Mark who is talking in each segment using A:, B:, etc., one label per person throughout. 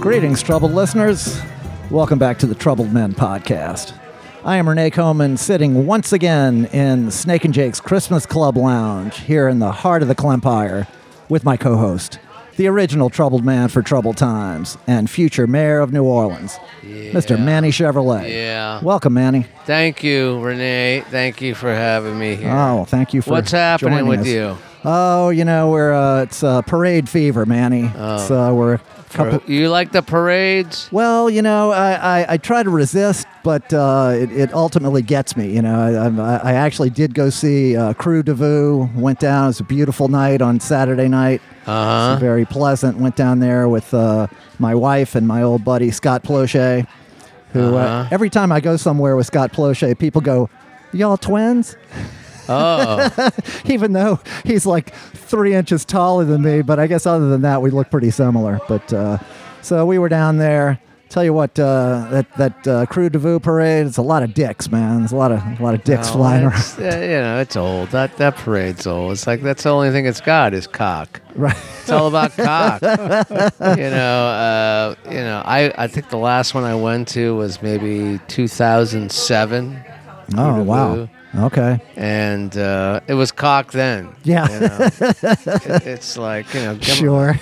A: Greetings, troubled listeners. Welcome back to the Troubled Men Podcast. I am Renee Coleman, sitting once again in Snake and Jake's Christmas Club Lounge here in the heart of the Clempire with my co host, the original troubled man for troubled times and future mayor of New Orleans, Mr. Manny Chevrolet.
B: Yeah.
A: Welcome, Manny.
B: Thank you, Renee. Thank you for having me here.
A: Oh, thank you for
B: What's happening
A: joining
B: with
A: us.
B: you?
A: Oh, you know, we're uh, it's uh, parade fever, Manny. It's,
B: Oh.
A: uh, we're a couple,
B: you like the parades?
A: Well, you know, I, I, I try to resist, but uh, it, it ultimately gets me. You know, I, I'm- I, I actually did go see uh, Crew de Vue, went down. It was a beautiful night on Saturday night.
B: Uh huh.
A: Very pleasant. Went down there with uh, my wife and my old buddy, Scott Ploche, who uh
B: Uh-huh.
A: every time I go somewhere with Scott Ploche, people go, Y'all twins?
B: Oh,
A: Even though he's like three inches taller than me, but I guess other than that, we look pretty similar. But uh, so we were down there. Tell you what, uh, that that uh, crew de vue parade. It's a lot of dicks, man. There's a lot of a lot of dicks
B: no,
A: flying around.
B: it's, uh, you know, it's old. That that parade's old. It's like that's the only thing it's got is cock.
A: Right.
B: It's all about cock. You know, uh, you know. I I think the last one I went to was maybe 2007,
A: Oh
B: de
A: wow.
B: vue.
A: Okay.
B: and uh, it was cock then.
A: Yeah.
B: You know? It- it's like you know, come,
A: sure.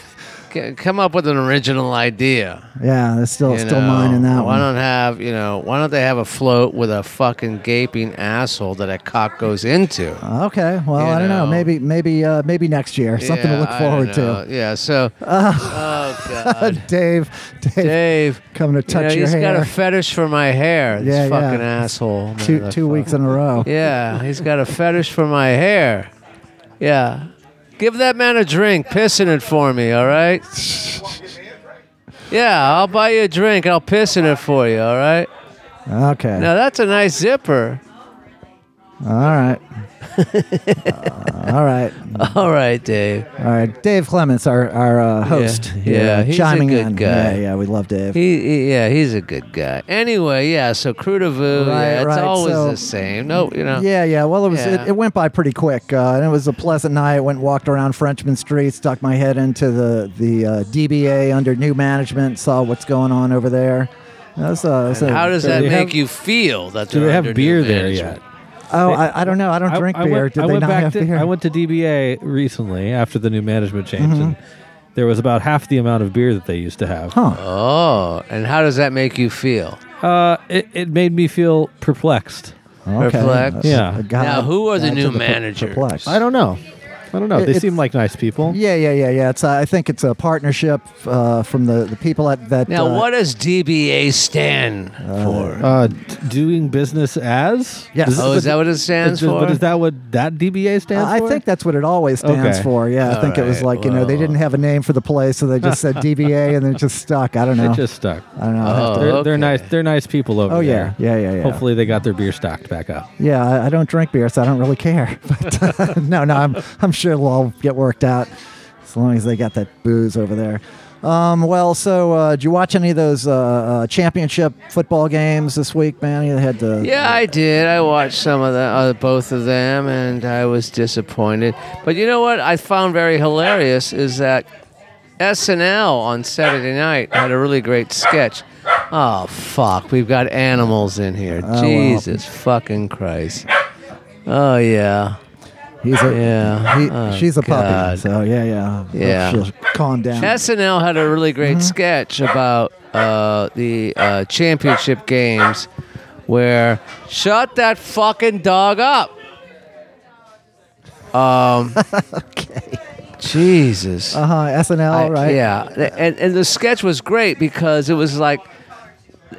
B: c- come up with an original idea.
A: Yeah. There's still
B: You
A: still
B: know,
A: mine in that one.
B: why don't have you know? Why don't they have a float with a fucking gaping asshole that a cock goes into?
A: Okay. Well,
B: You
A: I don't know.
B: know.
A: Maybe maybe uh, maybe next year. Something to
B: Yeah,
A: look
B: I
A: forward
B: don't know.
A: to.
B: Yeah. So. oh God,
A: Dave, Dave,
B: Dave.
A: coming to
B: you know,
A: touch your
B: he's
A: hair.
B: got a fetish for my hair. This
A: Yeah, yeah.
B: fucking asshole.
A: two two
B: motherfucker.
A: weeks in a row.
B: Yeah, he's got a fetish for my hair. Yeah. Give that man a drink. Piss in it for me, all right? Yeah, I'll buy you a drink. I'll piss in it for you, all right?
A: Okay.
B: Now that's a nice zipper.
A: All right. Uh, all right.
B: All right, Dave.
A: All right. Dave Clements, our, our uh, host.
B: Yeah,
A: here,
B: yeah,
A: uh,
B: he's a
A: chiming
B: good
A: in.
B: guy.
A: Yeah, yeah, we love Dave.
B: He, he- yeah, he's a good guy. Anyway, yeah. So crew de vue,
A: Right,
B: yeah, it's
A: right,
B: always
A: so-
B: the same. No, you know.
A: yeah, yeah. Well, it was
B: Yeah.
A: It, it went by pretty quick, uh, and it was a pleasant night. Went and walked around Frenchman Street, stuck my head into the the uh, DBA under new management, saw what's going on over there. That's, uh, that's a-
B: How does that
C: they
B: make
C: have-
B: you feel? That
C: Do
B: they're
C: they
B: under
C: have
B: new
C: beer there
B: management?
C: yet?
A: Oh, I, I don't know. I don't drink beer.
C: Went,
A: Did
C: I
A: they
C: went
A: not
C: back
A: have
C: to,
A: beer?
C: I went to DBA recently after the new management change, and there was about half the amount of beer that they used to have.
A: Mm-hmm. huh?
B: Oh, and how does that make you feel?
C: Uh, it, it made me feel perplexed.
A: Okay.
B: Reflect.
C: Yeah.
A: Uh, God,
B: Now, who are the
A: God,
B: new
A: to per-
B: managers?
A: perplexed.
C: I don't know. I don't know.
A: It-
C: they
A: it's-
C: seem like nice people.
A: Yeah, yeah, yeah, yeah. It's uh, I think it's a partnership uh, from the, the people at that.
B: Now,
A: uh,
B: what does DBA stand for?
C: Uh, d- doing business as?
A: Yes.
B: Oh, is that what it stands
C: is- But
B: for?
C: is that what that DBA
A: uh,
C: stands
A: I
C: for?
A: think that's what it always stands
C: Okay.
A: for. Yeah, I
B: All
A: think it was
B: right,
A: like you know they
B: well-
A: didn't have a name for the place, so they just said DBA, and then it just stuck. I don't know.
C: It just stuck.
A: I don't know. I'll have
B: Oh,
A: to-
C: They're,
B: okay.
C: they're nice. They're nice people over
A: Oh, yeah.
C: there.
A: Yeah, yeah, yeah.
C: Hopefully they got their beer stocked back up.
A: yeah, I, I don't drink beer, so I don't really care. But uh, no, no, I'm I'm sure it'll all get worked out as long as they got that booze over there. Um, well, so uh, did you watch any of those uh, uh, championship football games this week, man? You had the
B: Yeah, I did. I watched some of the uh, both of them, and I was disappointed. But you know what I found very hilarious is that SNL on Saturday night had a really great sketch. Oh fuck, we've got animals in here.
A: well.
B: Jesus fucking Christ. Oh yeah,
A: He's a
B: Yeah.
A: He,
B: Oh,
A: she's a puppy.
B: God.
A: So yeah, yeah.
B: Yeah.
A: She'll calm down.
B: SNL had a really
A: Mm-hmm.
B: great sketch about uh, the uh, championship games where shut that fucking dog up. Um, Jesus.
A: uh huh. SNL,
B: I-
A: right?
B: Yeah, Th- and and the sketch was great because it was like,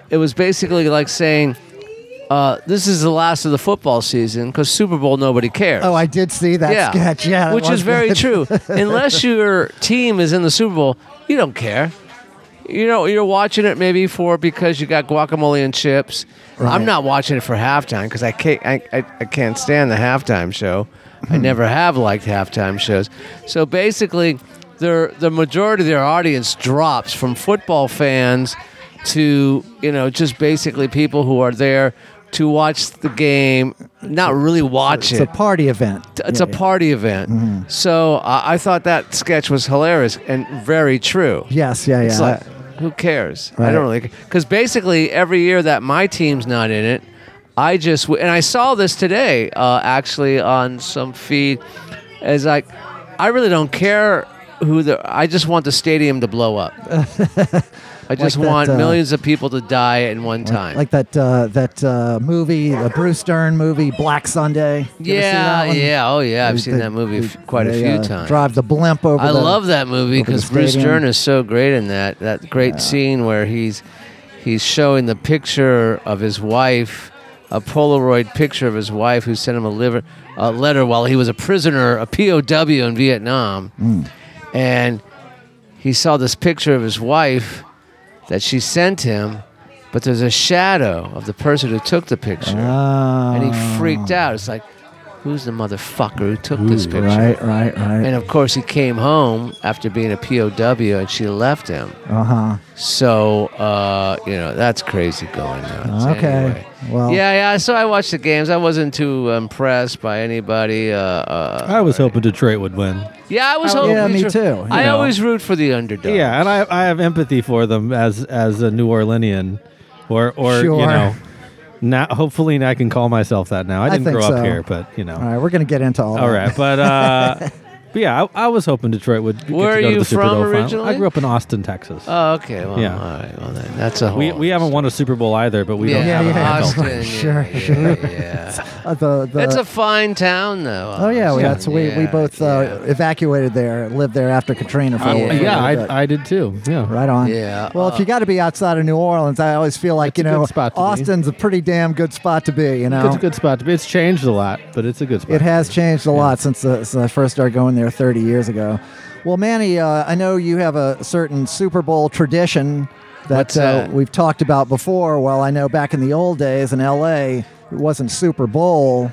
B: it was basically like saying, uh, "This is the last of the football season because Super Bowl nobody cares."
A: Oh, I did see that sketch. Yeah, that
B: Which
A: was
B: is very
A: good.
B: true. Unless your team is in the Super Bowl, you don't care. You know, you're watching it maybe for because you got guacamole and chips.
A: Right.
B: I'm not watching it for halftime because I can't. I, I, I can't stand the halftime show. I
A: Hmm.
B: never have liked halftime shows. So basically, their the majority of their audience drops from football fans to you know just basically people who are there to watch the game, not really watch
A: It's
B: it
A: a party event.
B: it's
A: Yeah, Mm-hmm.
B: a party event. So I I thought that sketch was hilarious and very true.
A: Yes. Yeah. Yeah.
B: It's like, Who cares?
A: Right.
B: I don't really because basically every year that my team's not in it, I just w- and I saw this today uh, actually on some feed is like I really don't care who the I just want the stadium to blow up. I just
A: that,
B: want
A: uh,
B: millions of people to die in one time.
A: Like that uh, that uh, movie, the Bruce Dern movie, Black Sunday. You ever see that
B: yeah,
A: one?
B: yeah, oh yeah, I've
A: They-
B: seen that movie f-
A: they-
B: quite a
A: they,
B: few
A: uh,
B: times.
A: Drive the blimp over.
B: I
A: the-
B: love that movie
A: over the
B: because Bruce
A: stadium.
B: Dern is so great in that. That great scene where he's he's showing the picture of his wife, a Polaroid picture of his wife who sent him a, liver, a letter while he was a prisoner, a POW in Vietnam, and he saw this picture of his wife that she sent him, but there's a shadow of the person who took the picture,
A: Oh,
B: and he freaked out. It's like, who's the motherfucker who took this picture?
A: Right, right, right.
B: And of course, he came home after being a POW, and she left him.
A: Uh huh.
B: So uh, you know that's crazy going on.
A: Okay.
B: Anyway.
A: Well-
B: Yeah, yeah. So I watched the games. I wasn't too impressed by anybody. Uh, uh,
C: I was hoping Detroit would win.
B: yeah, I was
A: Yeah,
B: hoping.
A: me
B: Detro-
A: too, you
B: I
A: know.
B: always root for the underdog.
C: Yeah, and I I have empathy for them as as a New Orleanian, or or
A: Sure.
C: you know, now hopefully I can call myself that now. I didn't
A: think
C: grow
A: so.
C: up here, but you know,
A: All right, we're gonna get into all.
C: all
A: that.
C: right. But uh, but yeah, I, I was hoping Detroit would. get
B: Where
C: to
B: are
C: go to
B: you
C: the Super
B: from
C: Bowl final.
B: originally?
C: I grew up in Austin, Texas.
B: Oh, okay. Well,
C: Yeah.
B: all right. Well, then that's a whole.
C: we we haven't won a Super Bowl either, but we
B: Yeah,
C: don't
A: Yeah,
C: have a
A: yeah.
C: handle.
B: Austin. yeah,
A: Sure,
B: yeah,
A: sure.
B: Yeah.
A: Uh, the, the,
B: That's a fine town, though.
A: Oh yeah, we, that's, we, we
B: Yeah,
A: both uh,
B: yeah. evacuated.
A: evacuated there, lived there after Katrina for a
C: Uh,
A: little bit.
C: yeah, I, I did too. Yeah,
A: right on.
B: Yeah,
A: Well, if
B: uh,
A: you got to be outside of New Orleans, I always feel like you
C: a
A: know
C: good spot to be.
A: Austin's a pretty damn good spot to be. You know,
C: it's a good spot to be. It's changed a lot, but it's a good spot.
A: It has changed a lot since, the, since I first started going there 30 years ago. Well, Manny, uh, I know you have a certain Super Bowl tradition that,
B: What's
A: Uh,
B: that?
A: we've talked about before. Well, I know back in the old days in LA, it wasn't Super Bowl,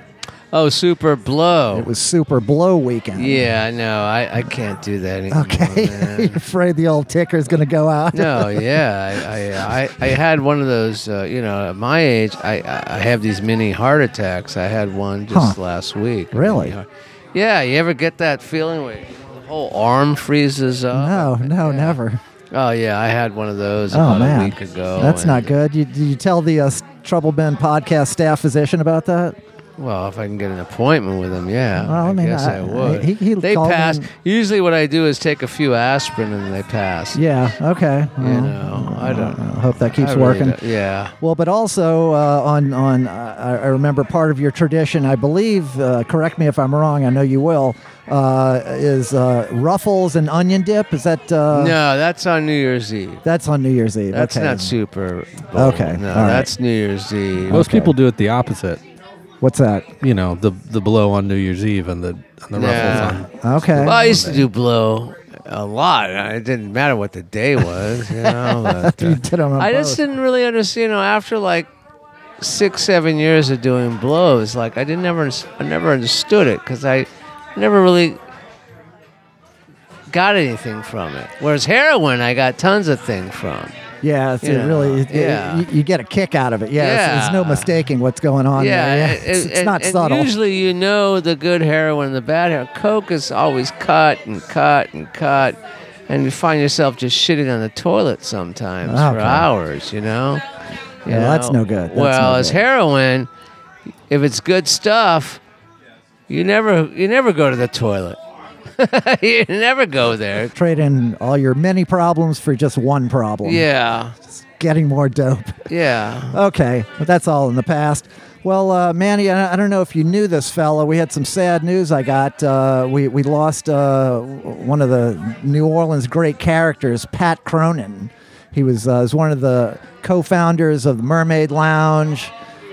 B: Oh, Super Blow.
A: it was Super Blow weekend.
B: Yeah, no, I, I can't do that anymore.
A: Okay.
B: Oh, man.
A: You're afraid the old ticker's going to go out?
B: no, yeah, I, I, I, I had one of those. Uh, you know, at my age, I, I I have these mini heart attacks. I had one just
A: Huh.
B: last week.
A: Really?
B: Mini heart- Yeah, you ever get that feeling where the whole arm freezes up?
A: No, no, never.
B: Oh yeah, I had one of those
A: Oh,
B: about
A: man.
B: a week ago.
A: That's
B: and-
A: not good. You, did you tell the uh, Trouble Bend podcast staff physician about that?
B: Well, if I can get an appointment with him, yeah.
A: Well, I
B: I,
A: mean,
B: guess
A: I-
B: I, would.
A: he- he
B: they
A: called
B: pass.
A: in-
B: Usually, what I do is take a few aspirin and they pass.
A: Yeah, okay.
B: You know, I don't know.
A: I hope that keeps
B: I really
A: working.
B: don't- Yeah.
A: Well, but also uh, on on uh, I- I remember part of your tradition. I believe, uh, correct me if I'm wrong. I know you will. Uh, is uh, ruffles and onion dip? Is that uh,
B: No, that's on New Year's Eve.
A: That's on New Year's Eve.
B: That's
A: okay.
B: not Super Bowl.
A: Okay,
B: No,
A: all right.
B: that's New Year's Eve.
C: Most
A: Okay.
C: people do it the opposite.
A: What's that?
C: You know, the the blow on New Year's Eve and the and the
B: Yeah.
C: ruffles on.
A: Okay.
B: Well, I used to do blow a lot. It didn't matter what the day was, you know. but, uh,
A: You did 'em on
B: I just
A: both.
B: didn't really understand. You know, after like six, seven years of doing blows, like I didn't ever, I never understood it because I never really got anything from it. Whereas heroin, I got tons of things from.
A: Yeah, it's, it
B: Yeah,
A: really. It, it-
B: yeah.
A: you, you get a kick out of it. Yeah, it's- there's no
B: Yeah.
A: mistaking what's going on. there.
B: Yeah,
A: yeah.
B: and-
A: it's,
B: and-
A: it's not
B: and
A: subtle.
B: Usually, you know the good heroin and the bad heroin. Coke is always cut and cut and cut, and you find yourself just shitting on the toilet sometimes for
A: Okay.
B: hours. You know. You
A: Yeah, that's
B: know?
A: no good. That's
B: well,
A: no
B: as
A: good.
B: heroin, if it's good stuff, you never you never go to the toilet. you never go there.
A: Trade in all your many problems for just one problem.
B: Yeah,
A: Getting more dope.
B: yeah.
A: Okay, but that's all in the past. Well, uh, Manny, I I don't know if you knew this fella. We had some sad news. I got uh, we we lost uh, one of the New Orleans great characters, Pat Cronin. He was uh, was one of the co-founders of the Mermaid Lounge.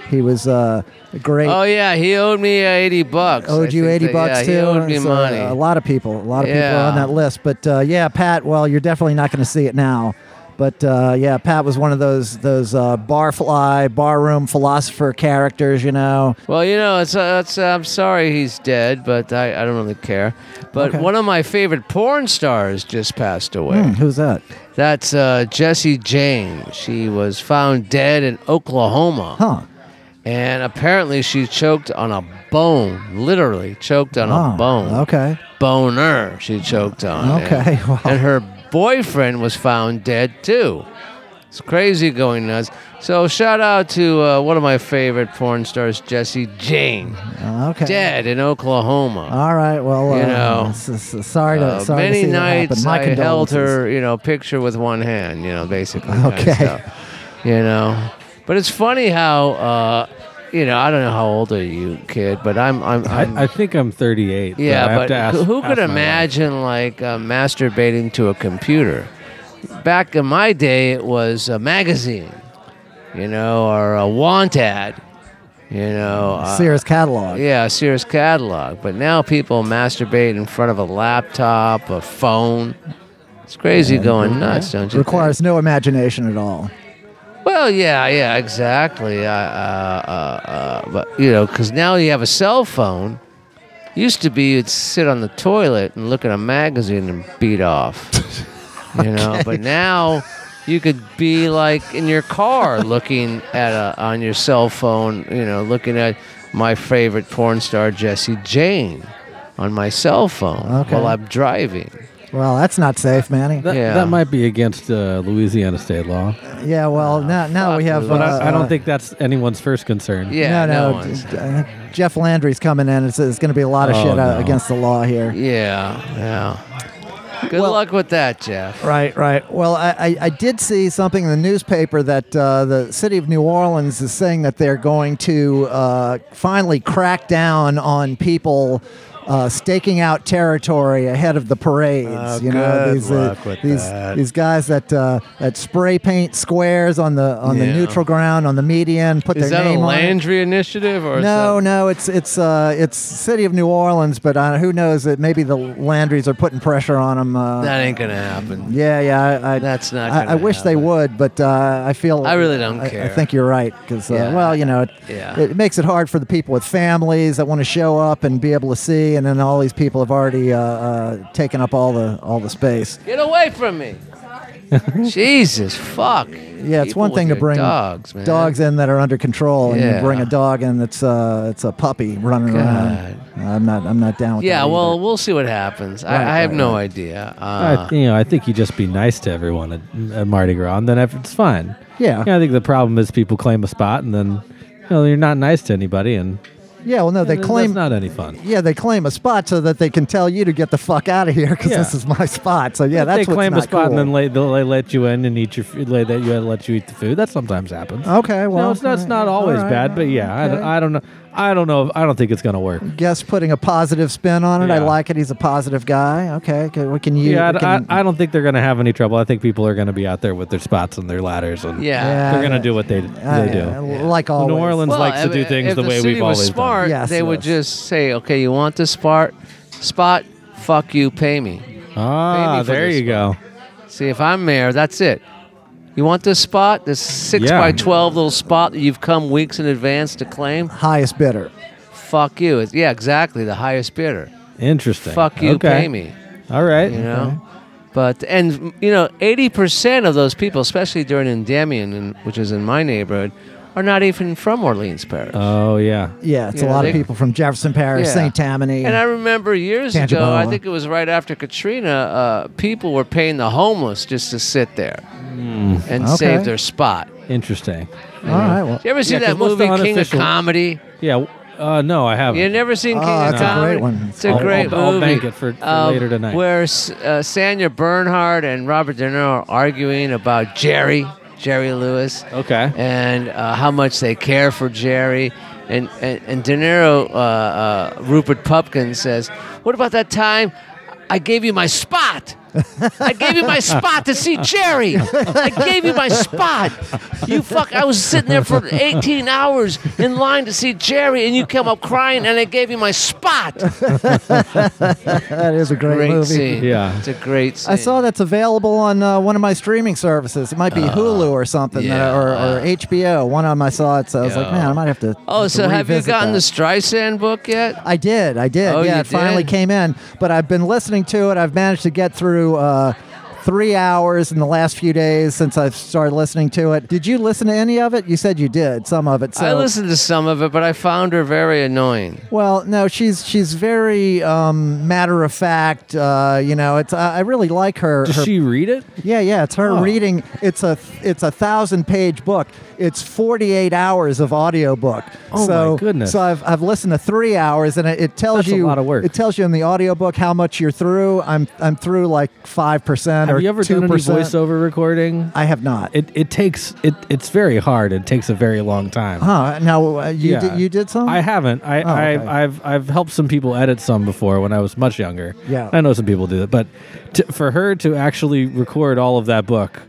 A: He was uh, a great.
B: Oh yeah, he owed me uh, eighty bucks. I
A: Owed you
B: think
A: eighty
B: that-
A: bucks
B: yeah,
A: too.
B: He owed me
A: So, uh,
B: money.
A: A lot of people, a lot of people are on
B: Yeah.
A: that list. But uh, yeah, Pat. Well, you're definitely not going to see it now. But uh, yeah, Pat was one of those those uh, barfly, barroom philosopher characters. You know,
B: Well, you know, it's, uh, it's uh, I'm sorry he's dead, but I, I don't really care. But
A: Okay.
B: one of my favorite porn stars just passed away.
A: Hmm, who's that?
B: That's uh, Jessie Jane. She was found dead in Oklahoma,
A: Huh?
B: and apparently she choked on a bone. Literally choked on
A: Oh,
B: a bone.
A: Okay.
B: Boner. She choked on.
A: Okay,
B: And,
A: wow.
B: and her boyfriend was found dead too. It's crazy going nuts. So shout out to uh, one of my favorite porn stars, Jesse Jane,
A: Okay.
B: dead in Oklahoma.
A: All right. Well,
B: You
A: uh,
B: know,
A: s- s- sorry to
B: Uh,
A: sorry to
B: many
A: see
B: nights
A: that happen. My
B: I held
A: condolences.
B: her, you know, picture with one hand, you know, basically. kind of
A: Okay.
B: stuff, you know, but it's funny how, uh, you know, I don't know how old are you, kid, but I'm, I'm, I'm
C: I, I think I'm 38. but I
B: Um, yeah,
C: have
B: but
C: to ask-
B: who
C: ask
B: could
C: my wife.
B: imagine like uh, masturbating to a computer? Back in my day, it was a magazine, you know, or a want ad, you know. uh,
A: Sears catalog.
B: yeah, a Sears catalog. But now people masturbate in front of a laptop, a phone. It's crazy going nuts, don't you? think?
A: Requires no imagination at all.
B: Well, yeah, yeah, exactly. Uh, uh, uh, uh, but you know, because now you have a cell phone. Used to be you'd sit on the toilet and look at a magazine and beat off. You know, but now you could be like in your car looking at a, on your cell phone. You know, looking at my favorite porn star Jessie Jane on my cell phone
A: Okay.
B: while I'm driving.
A: Well, that's not safe, Manny.
C: That,
B: Yeah.
C: that might be against uh, Louisiana state law,
A: yeah. Well, now now we
B: fuck
A: have.
B: with
C: but
A: uh,
C: I, I
A: uh,
C: don't think that's anyone's first concern.
B: Yeah,
A: no, no.
B: one's.
A: d- uh, Jeff Landry's coming in. It's, it's going to be a lot of
C: Oh,
A: shit uh,
C: no.
A: against the law here.
B: Yeah, yeah. Good
A: Well-
B: luck with that, Jeff.
A: Right, right. Well, I, I, I did see something in the newspaper that uh, the city of New Orleans is saying that they're going to uh, finally crack down on people uh, staking out territory ahead of the parades.
B: Oh,
A: you know,
B: good
A: these uh,
B: luck with
A: these
B: that.
A: these guys that uh, that spray paint squares on the on the
B: Yeah.
A: neutral ground on the median, put
B: Is
A: their
B: that a
A: name on. it.
B: Landry initiative or
A: No,
B: Is
A: no, it's it's uh, it's city of New Orleans, but uh, who knows that maybe the Landrys are putting pressure on them. Uh,
B: that, that ain't gonna happen.
A: yeah, yeah. I, I,
B: That's not
A: I,
B: gonna
A: I wish they
B: happen.
A: would, but uh, I feel.
B: I really don't
A: I
B: care.
A: think you're right because, uh,
B: Yeah.
A: well, you know, it,
B: Yeah.
A: it makes it hard for the people with families that want to show up and be able to see, and then all these people have already uh, uh, taken up all the all the space.
B: Get away from me! Jesus fuck!
A: Yeah, it's one thing to bring
B: dogs, man.
A: dogs in that are under control, and
B: Yeah.
A: you bring a dog in that's uh, it's a puppy running around. I'm not I'm not down with
B: Yeah,
A: that. either.
B: well, we'll see what happens.
A: Right,
B: I, I have
A: right,
B: no
A: right.
B: idea.
C: I,
B: Uh,
C: you know, I think you just be nice to everyone at, at Mardi Gras, and then if it's fine.
B: Uh-huh.
A: Yeah.
C: I think the problem is people claim a spot, and then you know, you're not nice to anybody, and
A: yeah, well, no, they
C: that's
A: claim
C: not any fun.
A: Yeah, they claim a spot so that they can tell you to get the fuck out of here because
C: Yeah.
A: this is my spot. So yeah, that's
C: they
A: what's
C: claim a
A: not
C: spot,
A: cool.
C: and then lay, they'll lay, let you in and eat your food. Lay that you let you eat the food. That sometimes happens.
A: Okay, Oh, well,
C: no, it's not, it's not
A: all
C: always
A: right,
C: bad, but yeah, I,
A: okay.
C: don't- I don't know. I don't know. If, I don't think it's gonna work.
A: Guess putting a positive spin on it. I
C: Yeah.
A: like it. He's a positive guy. Okay, okay, we can use.
C: Yeah,
A: we
C: I,
A: can,
C: I, I don't think they're gonna have any trouble. I think people are gonna be out there with their spots and their ladders, and
B: yeah. Uh,
C: they're gonna do what they
A: I-
C: they do.
A: uh, Like always.
C: New Orleans likes
B: I
C: to do
B: mean,
C: things
B: if
C: the way
B: city
C: we've
B: was
C: always
B: smart,
C: done.
A: Yes,
B: they would
A: yes.
B: just say, "Okay, you want this spot? Spot? Fuck you, pay me." Pay
C: Ah,
B: me for
C: there
B: this
C: you go.
B: See, if I'm mayor, that's it. You want this spot, this six
C: Yeah.
B: by twelve little spot that you've come weeks in advance to claim?
A: Highest bidder.
B: Fuck you. It's, yeah, exactly. The highest bidder.
C: Interesting.
B: Fuck you.
C: Okay.
B: Pay me.
C: All right.
B: You know. But and you know, eighty percent of those people, especially during Endymion, and, which is in my neighborhood, are not even from Orleans Parish.
C: Oh yeah.
A: Yeah, it's
B: You
A: a
B: know,
A: lot of
B: they-
A: people from Jefferson Parish,
B: Yeah.
A: St. Tammany.
B: And I remember years ago, I
A: Tangibahoa.
B: think it was right after Katrina, uh, people were paying the homeless just to sit there
C: Hmm.
B: and
A: Okay.
B: save their spot.
C: Interesting.
A: all right, well,
B: You ever seen
C: Yeah, 'cause
B: that
C: what's
B: movie
C: the
B: King of
C: unofficial-
B: Comedy?
C: Yeah. Uh, no, I haven't.
B: You never seen King
A: Oh,
B: of
A: that's a
B: Comedy?
A: great one.
B: It's a
A: I'll-
B: great
C: I'll- I'll
B: movie. Um,
C: bank it for- for later tonight.
B: Where S- uh, Sanya Bernhardt and Robert De Niro are arguing about Jerry, Jerry Lewis,
C: Okay.
B: and uh, how much they care for Jerry. And, and, and De Niro, uh, uh, Rupert Pupkin says, What about that time I gave you my spot? I gave you my spot to see Jerry. I gave you my spot. You fuck. I was sitting there for 18 hours in line to see Jerry, and you came up crying, and I gave you my spot.
A: that is a great,
B: Great
A: movie.
B: scene.
C: Yeah. Uh,
B: it's a great scene.
A: I saw that's available on uh, one of my streaming services. It might be Hulu or something, that I- or, or HBO. One of them I saw it, so I was like,
B: Yeah.
A: man, I might have to.
B: Oh,
A: have to
B: so have you
A: revisit
B: gotten
A: that.
B: the Streisand book yet?
A: I did, I did.
B: Oh,
A: yeah,
B: you
A: it finally
B: did?
A: came in, but I've been listening to it. I've managed to get through uh, three hours in the last few days since I've started listening to it. Did you listen to any of it? You said you did, some of it. So,
B: I listened to some of it, but I found her very annoying.
A: Well, no, she's she's very um, matter of fact. Uh, you know, it's I I really like her.
C: Does
A: her
C: she read it?
A: yeah, yeah, it's her
C: Oh.
A: reading. It's a it's a thousand page book. It's forty eight hours of audiobook.
C: Oh,
A: so,
C: my goodness.
A: So I've, I've listened to three hours, and it, it tells
C: That's a
A: you
C: lot of work.
A: It tells you in the audiobook how much you're through. I'm I'm through like five percent or
C: Have you ever
A: two
C: done any
A: percent.
C: voiceover recording?
A: I have not.
C: It it takes it it's very hard. It takes a very long time.
A: huh? Now uh, you
C: Yeah.
A: did, you did some? Oh,
C: I haven't. I, I
A: okay.
C: I've I've helped some people edit some before when I was much younger.
A: Yeah.
C: I know some people do that, but to, for her to actually record all of that book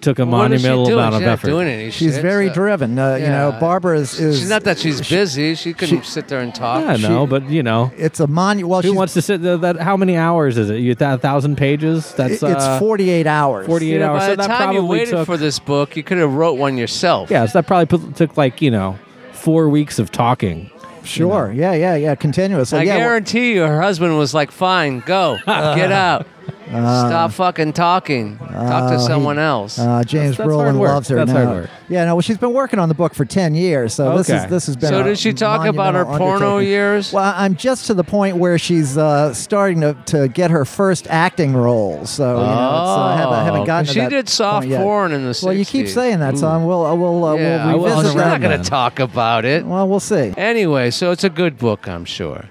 C: took a
B: What is she
C: monumental
B: doing?
C: amount
B: she's
C: of
B: not
C: effort.
B: Doing any
A: She's
B: shit,
A: very
B: so-
A: driven. Uh, You know,
B: Yeah.
A: Barbara is. is
B: She's not that she's busy. She couldn't sit there and talk.
C: I know, but you know,
A: It's a monument. Well,
C: who
A: she's,
C: wants to sit there? That how many hours is it? You that thousand pages? That's
A: it- it's
C: uh,
A: 48 hours.
C: 48
B: You know,
C: hours.
B: by
C: so
B: the
C: that
B: time
C: probably
B: you waited
C: took
B: for this book, you could have wrote one yourself.
C: yeah, so that probably put, took like you know four weeks of talking.
A: Sure. Yeah, yeah, yeah. Continuous. So,
B: I
A: yeah, well-
B: guarantee you, her husband was like, "Fine, go, get out, stop fucking talking, talk to someone else."
A: Uh, James
C: that's
A: Brolin
C: hard work.
A: loves her.
C: That's
A: no.
C: hard work.
A: Yeah, no. Well, she's been working on the book for ten years, so this is
C: Okay.
A: this has been.
B: So
A: a
B: did she talk about her
A: monumental
B: porno
A: undertaking.
B: years?
A: Well, I- I'm just to the point where she's uh, starting to, to get her first acting role. So you know, it's, uh, I haven't, I haven't
B: Oh,
A: gotten. to
B: she
A: that
B: did soft
A: point yet.
B: porn in the
A: Well, you keep
B: 60s.
A: saying that, so I'm- we'll uh, we'll uh,
B: yeah,
A: we'll revisit
B: well, she's
C: she's
A: that.
B: not
C: around
B: going
C: then.
B: to talk about it.
A: Well, we'll see.
B: Anyway, so it's a good book, I'm sure.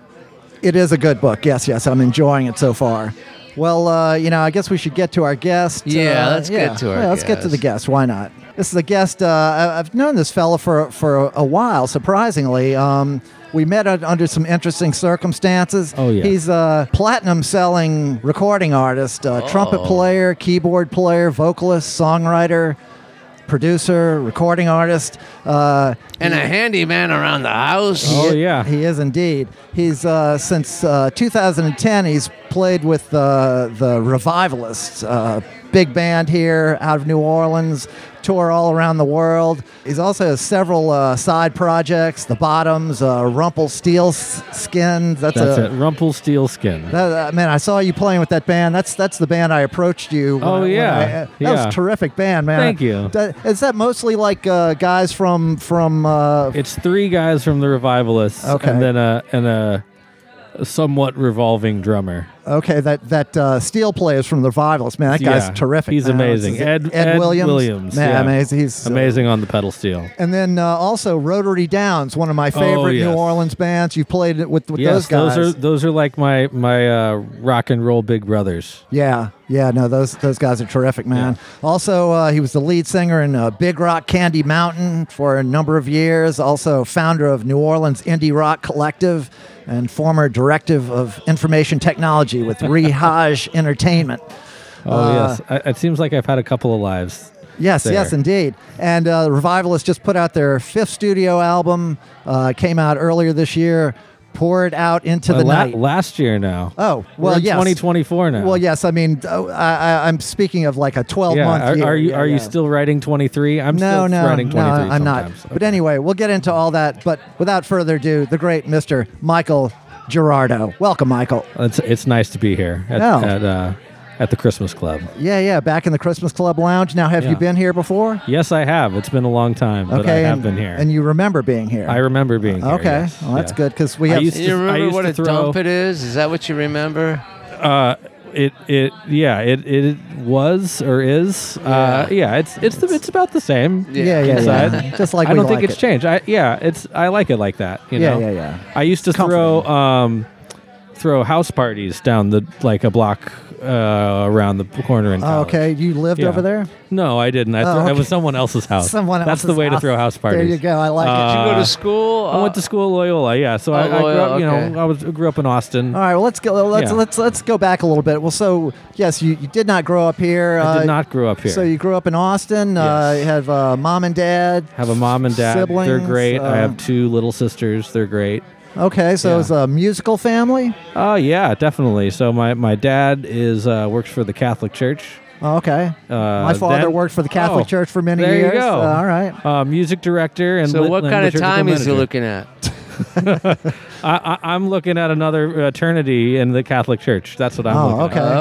A: It is a good book. Yes, yes, I'm enjoying it so far. Well, uh, you know, I guess we should get to our guest.
B: Yeah,
A: Uh,
B: let's get to our
A: Yeah, let's get to
B: guest.
A: the guest. Why not? This is a guest. Uh, I- I've known this fella for for a while. Surprisingly, um, we met un- under some interesting circumstances.
C: Oh, yeah.
A: he's a platinum selling recording artist, uh,
B: Oh.
A: trumpet player, keyboard player, vocalist, songwriter, producer, recording artist. Uh,
B: And a handyman around the house.
C: Oh,
A: he-
C: yeah.
A: he is indeed. He's uh, since uh, 2010. He's played with uh, the Revivalists, uh, big band here out of New Orleans. Tour all around the world. He's also has several uh, side projects. The Bottoms, uh, Rumple Steel Skin. That's,
C: That's
A: a.
C: it. Rumple Steel Skin.
A: That, uh, man, I saw you playing with that band. That's that's the band I approached you. when
C: Oh,
A: I- when
C: yeah.
A: I- that was
C: Yeah.
A: a terrific band, man.
C: Thank you.
A: That, is that mostly like uh, guys from from uh,
C: It's three guys from the Revivalists,
A: Okay.
C: and then a and a somewhat revolving drummer.
A: Okay, that that uh, steel player is from the Revivals. Man, that guy's
C: Yeah,
A: terrific.
C: He's
A: man.
C: amazing.
A: This is
C: Ed, Ed Williams.
A: Man,
C: yeah.
A: amazing. He's uh,
C: amazing on the pedal steel.
A: And then uh, also Rotary Downs, one of my favorite New
C: Oh, yes.
A: Orleans bands. You've played it with, with those
C: Yes,
A: guys.
C: those, are those are like my my uh, rock and roll big brothers.
A: yeah, yeah. No, those those guys are terrific, man. Also, uh, he was the lead singer in uh, Big Rock Candy Mountain for a number of years. Also, founder of New Orleans Indie Rock Collective and former directive of information technology with Rehaj Entertainment.
C: Oh
A: Uh,
C: yes, I, it seems like I've had a couple of lives.
A: Yes, yes,
C: there.
A: indeed. And uh, Revivalist just put out their fifth studio album. Uh, came out earlier this year. Poured out into
C: Uh,
A: the
C: la-
A: night.
C: last year now.
A: oh,
C: We're
A: well,
C: in
A: yes.
C: 2024 now.
A: Well, yes. I mean, uh, I, I, I'm speaking of like a 12
C: yeah.
A: month
C: Are,
A: year.
C: are you
A: Yeah,
C: are you
A: yeah.
C: still writing 23? I'm
A: No,
C: still
A: no,
C: writing
A: no,
C: 23.
A: I'm not.
C: sometimes.
A: But anyway, we'll get into all that. But without further ado, the great Mr. Michael Gerardo. Welcome, Michael.
C: It's it's nice to be here at
A: No.
C: at, uh, at the Christmas club.
A: Yeah, yeah. Back in the Christmas Club Lounge. Now, have you
C: Yeah.
A: been here before?
C: Yes, I have. It's been a long time, but I
A: okay,
C: have
A: and,
C: been here.
A: and you remember being here.
C: I remember being here.
A: Okay,
C: yes.
A: well, that's
C: Yeah.
A: good because we
C: I
A: have
C: used
B: you
C: I
B: remember
C: used
B: what
C: to
B: a
C: throw-
B: dump it is? Is that what you remember?
C: Uh, it it yeah it it was or is uh yeah it's it's the, it's about the same
A: Yeah, yeah, yeah.
C: inside.
A: Just like
C: I
A: we
C: don't think
A: like
C: it's
A: it.
C: changed I yeah it's I like it like that you
A: Yeah,
C: know
A: yeah, yeah.
C: I used to throw um throw house parties down the like a block uh around the corner in
A: Oh,
C: college.
A: okay, you lived
C: Yeah.
A: over there.
C: no I didn't I,
A: Oh,
C: threw, I
A: okay.
C: was someone else's house
A: Someone
C: that's the
A: else's
C: way
A: house.
C: to throw house
A: There you
C: parties
A: go, I like it. Did
B: Did you go
C: Uh,
B: to school?
C: I went to school at Loyola, yeah. So
B: Oh,
C: I, I grew up, you
B: Loyola, okay.
C: know, I was grew up in Austin.
A: All right, well let's go. Let's
C: Yeah.
A: let's let's go back a little bit. Well, so yes, you, you did not grow up here. uh,
C: I did not grow up here.
A: So you grew up in Austin. Uh,
C: Yes.
A: you have uh, mom and dad.
C: have a mom and dad. They're
A: siblings,
C: great.
A: uh,
C: I have two little sisters. They're great.
A: Okay, so
C: Yeah.
A: it's a musical family.
C: Oh yeah, definitely. So my, my dad is uh, works for the Catholic Church.
A: Oh, okay.
C: Uh,
A: My father
C: then-
A: worked for the Catholic
C: Oh,
A: Church for many
C: there
A: years.
C: You go.
A: Uh, all right.
C: Uh, music director and
B: So
C: lit-
B: what
C: and
B: kind of
C: liturgical
B: time is he
C: manager.
B: looking at?
C: I, I, I'm looking at another eternity in the Catholic Church. That's what I'm
A: Oh,
C: looking
A: okay.
C: at.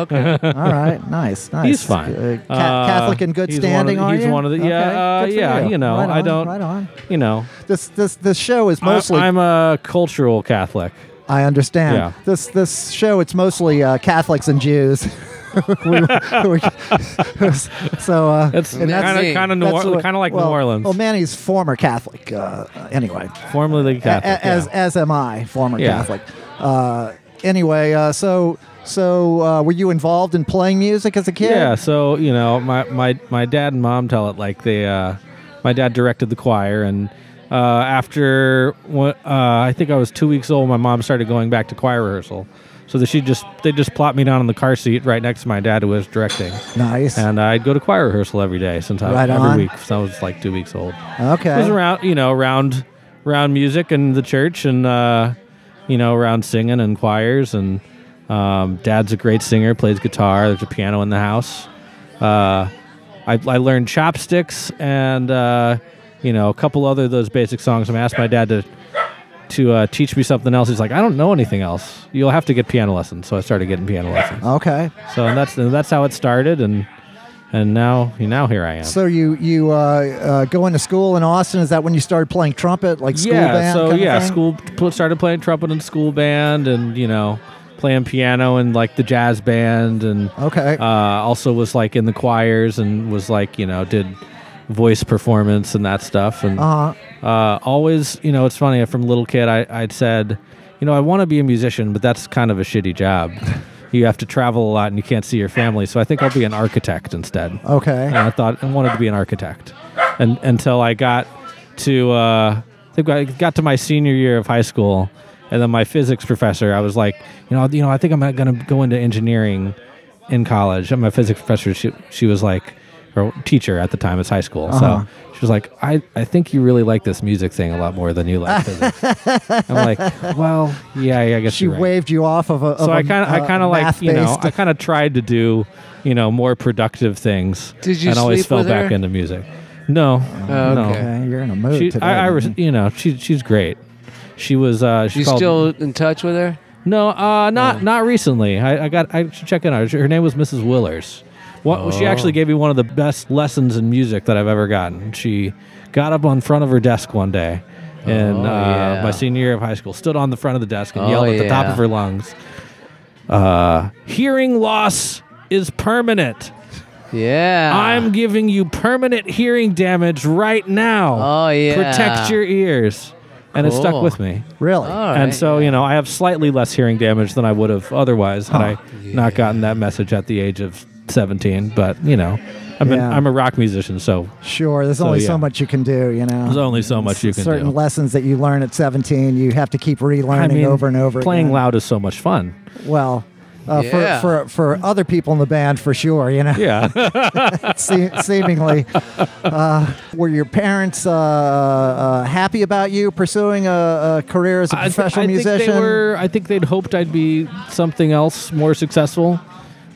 B: okay.
A: All right. Nice. Nice.
C: He's fine.
A: Uh, ca-
C: Uh,
A: Catholic in good
C: he's
A: standing.
C: one of the-
A: are
C: he's
A: you?
C: one of the- yeah,
A: Okay,
C: uh,
A: good for
C: yeah, you know,
A: Right
C: I
A: on,
C: don't-
A: Right on.
C: You know,
A: This this this show is mostly.
C: I,
A: i
C: am a cultural Catholic.
A: understand.
C: Yeah.
A: This this show it's mostly uh, Catholics and Jews. We- we- so uh,
C: That's
B: And
C: kind
B: that's
C: of
B: the-
C: kind of
A: that's
C: New
A: what-
C: kind of like
A: well-
C: New Orleans,
A: Well, Manny's former Catholic. Uh, anyway,
C: formerly
A: A-
C: Catholic.
A: a- as
C: yeah.
A: as am I, former
C: Yeah.
A: Catholic. Uh, anyway, uh, so so uh, were you involved in playing music as a kid?
C: Yeah, so you know, my my my dad and mom tell it like they. Uh, my dad directed the choir, and uh, after one, uh, I think I was two weeks old, my mom started going back to choir rehearsal. So that she just they just plopped me down in the car seat right next to my dad who was directing,
A: Nice.
C: and I'd go to choir rehearsal every day since I
A: Right
C: every
A: on.
C: week since I was like two weeks old. It was
A: okay.
C: around you know around around music and the church and uh, you know around singing and choirs and um, dad's a great singer plays guitar there's a piano in the house uh, I, I learned chopsticks and uh, you know a couple other of those basic songs and I asked my dad to to uh, teach me something else he's like I don't know anything else you'll have to get piano lessons so I started getting piano lessons
A: Okay.
C: so and that's and that's how it started and and now now here I am
A: So you you uh, uh, going to school in Austin? Is that when you started playing trumpet, like school
C: yeah,
A: band?
C: so
A: kind of
C: yeah,
A: thing?
C: school pl- started playing trumpet in school band, and you know, playing piano and like the jazz band, and
A: Okay.
C: uh, also was like in the choirs and was like you know did voice performance and that stuff, and
A: Uh-huh.
C: uh, always you know it's funny from a little kid I I'd said you know I want to be a musician, but that's kind of a shitty job. You have to travel a lot and you can't see your family, so I think I'll be an architect instead
A: Okay.
C: and I thought I wanted to be an architect, and until I got to uh, I think I got to my senior year of high school, and then my physics professor, I was like, you know, you know, I think I'm going to go into engineering in college. And my physics professor, she she was like, or teacher at the time, it's high school,
A: Uh-huh.
C: so she was like, I I think you really like this music thing a lot more than you like physics. I'm like, well, yeah, I guess
A: she
C: you're right
A: waved you off of a. uh, Of
C: so
A: I
C: I kind of, I kind of like, you know, I kind of tried to do, you know, more productive things.
B: Did you
C: And always
B: sleep
C: fell
B: with
C: back
B: her?
C: into music. No,
B: Oh,
C: no.
B: okay.
A: okay, you're in a mood
C: She,
A: today.
C: I, I, res-
A: man.
C: you know, she, she's great. She was, uh, she
B: You
C: called,
B: still in touch with her?
C: no, uh,
B: Oh.
C: not, not recently. I, I got, I should check in on her. Her name was Mrs. Willers. What, She
B: Oh.
C: actually gave me one of the best lessons in music that I've ever gotten. She got up on front of her desk one day. And
B: Oh,
C: uh,
B: yeah.
C: my senior year of high school, stood on the front of the desk and
B: Oh,
C: yelled at the top
B: yeah.
C: of her lungs, uh, hearing loss is permanent.
B: Yeah.
C: I'm giving you permanent hearing damage right now.
B: Oh, yeah.
C: Protect your ears. And it stuck
B: Cool.
C: with me.
A: really.
B: All
C: and
B: right,
C: so,
B: yeah.
C: you know, I have slightly less hearing damage than I would have otherwise had I not gotten that message at the age of 17. But, you know, I've been,
A: Yeah.
C: I'm a rock musician, so
A: sure. There's only so
C: yeah.
A: much you can do. You know.
C: there's only so much you can
A: Certain
C: do.
A: lessons that you learn at 17, you have to keep relearning over and over.
C: playing
A: again.
C: loud is so much fun.
A: Well. Uh,
B: Yeah.
A: for, for, for other people in the band, for sure, you know.
C: Yeah.
A: se- seemingly. Uh, were your parents uh, uh, happy about you pursuing a, a career as a
C: I th-
A: professional
C: I
A: musician?
C: Think they were, I think they'd hoped I'd be something else more successful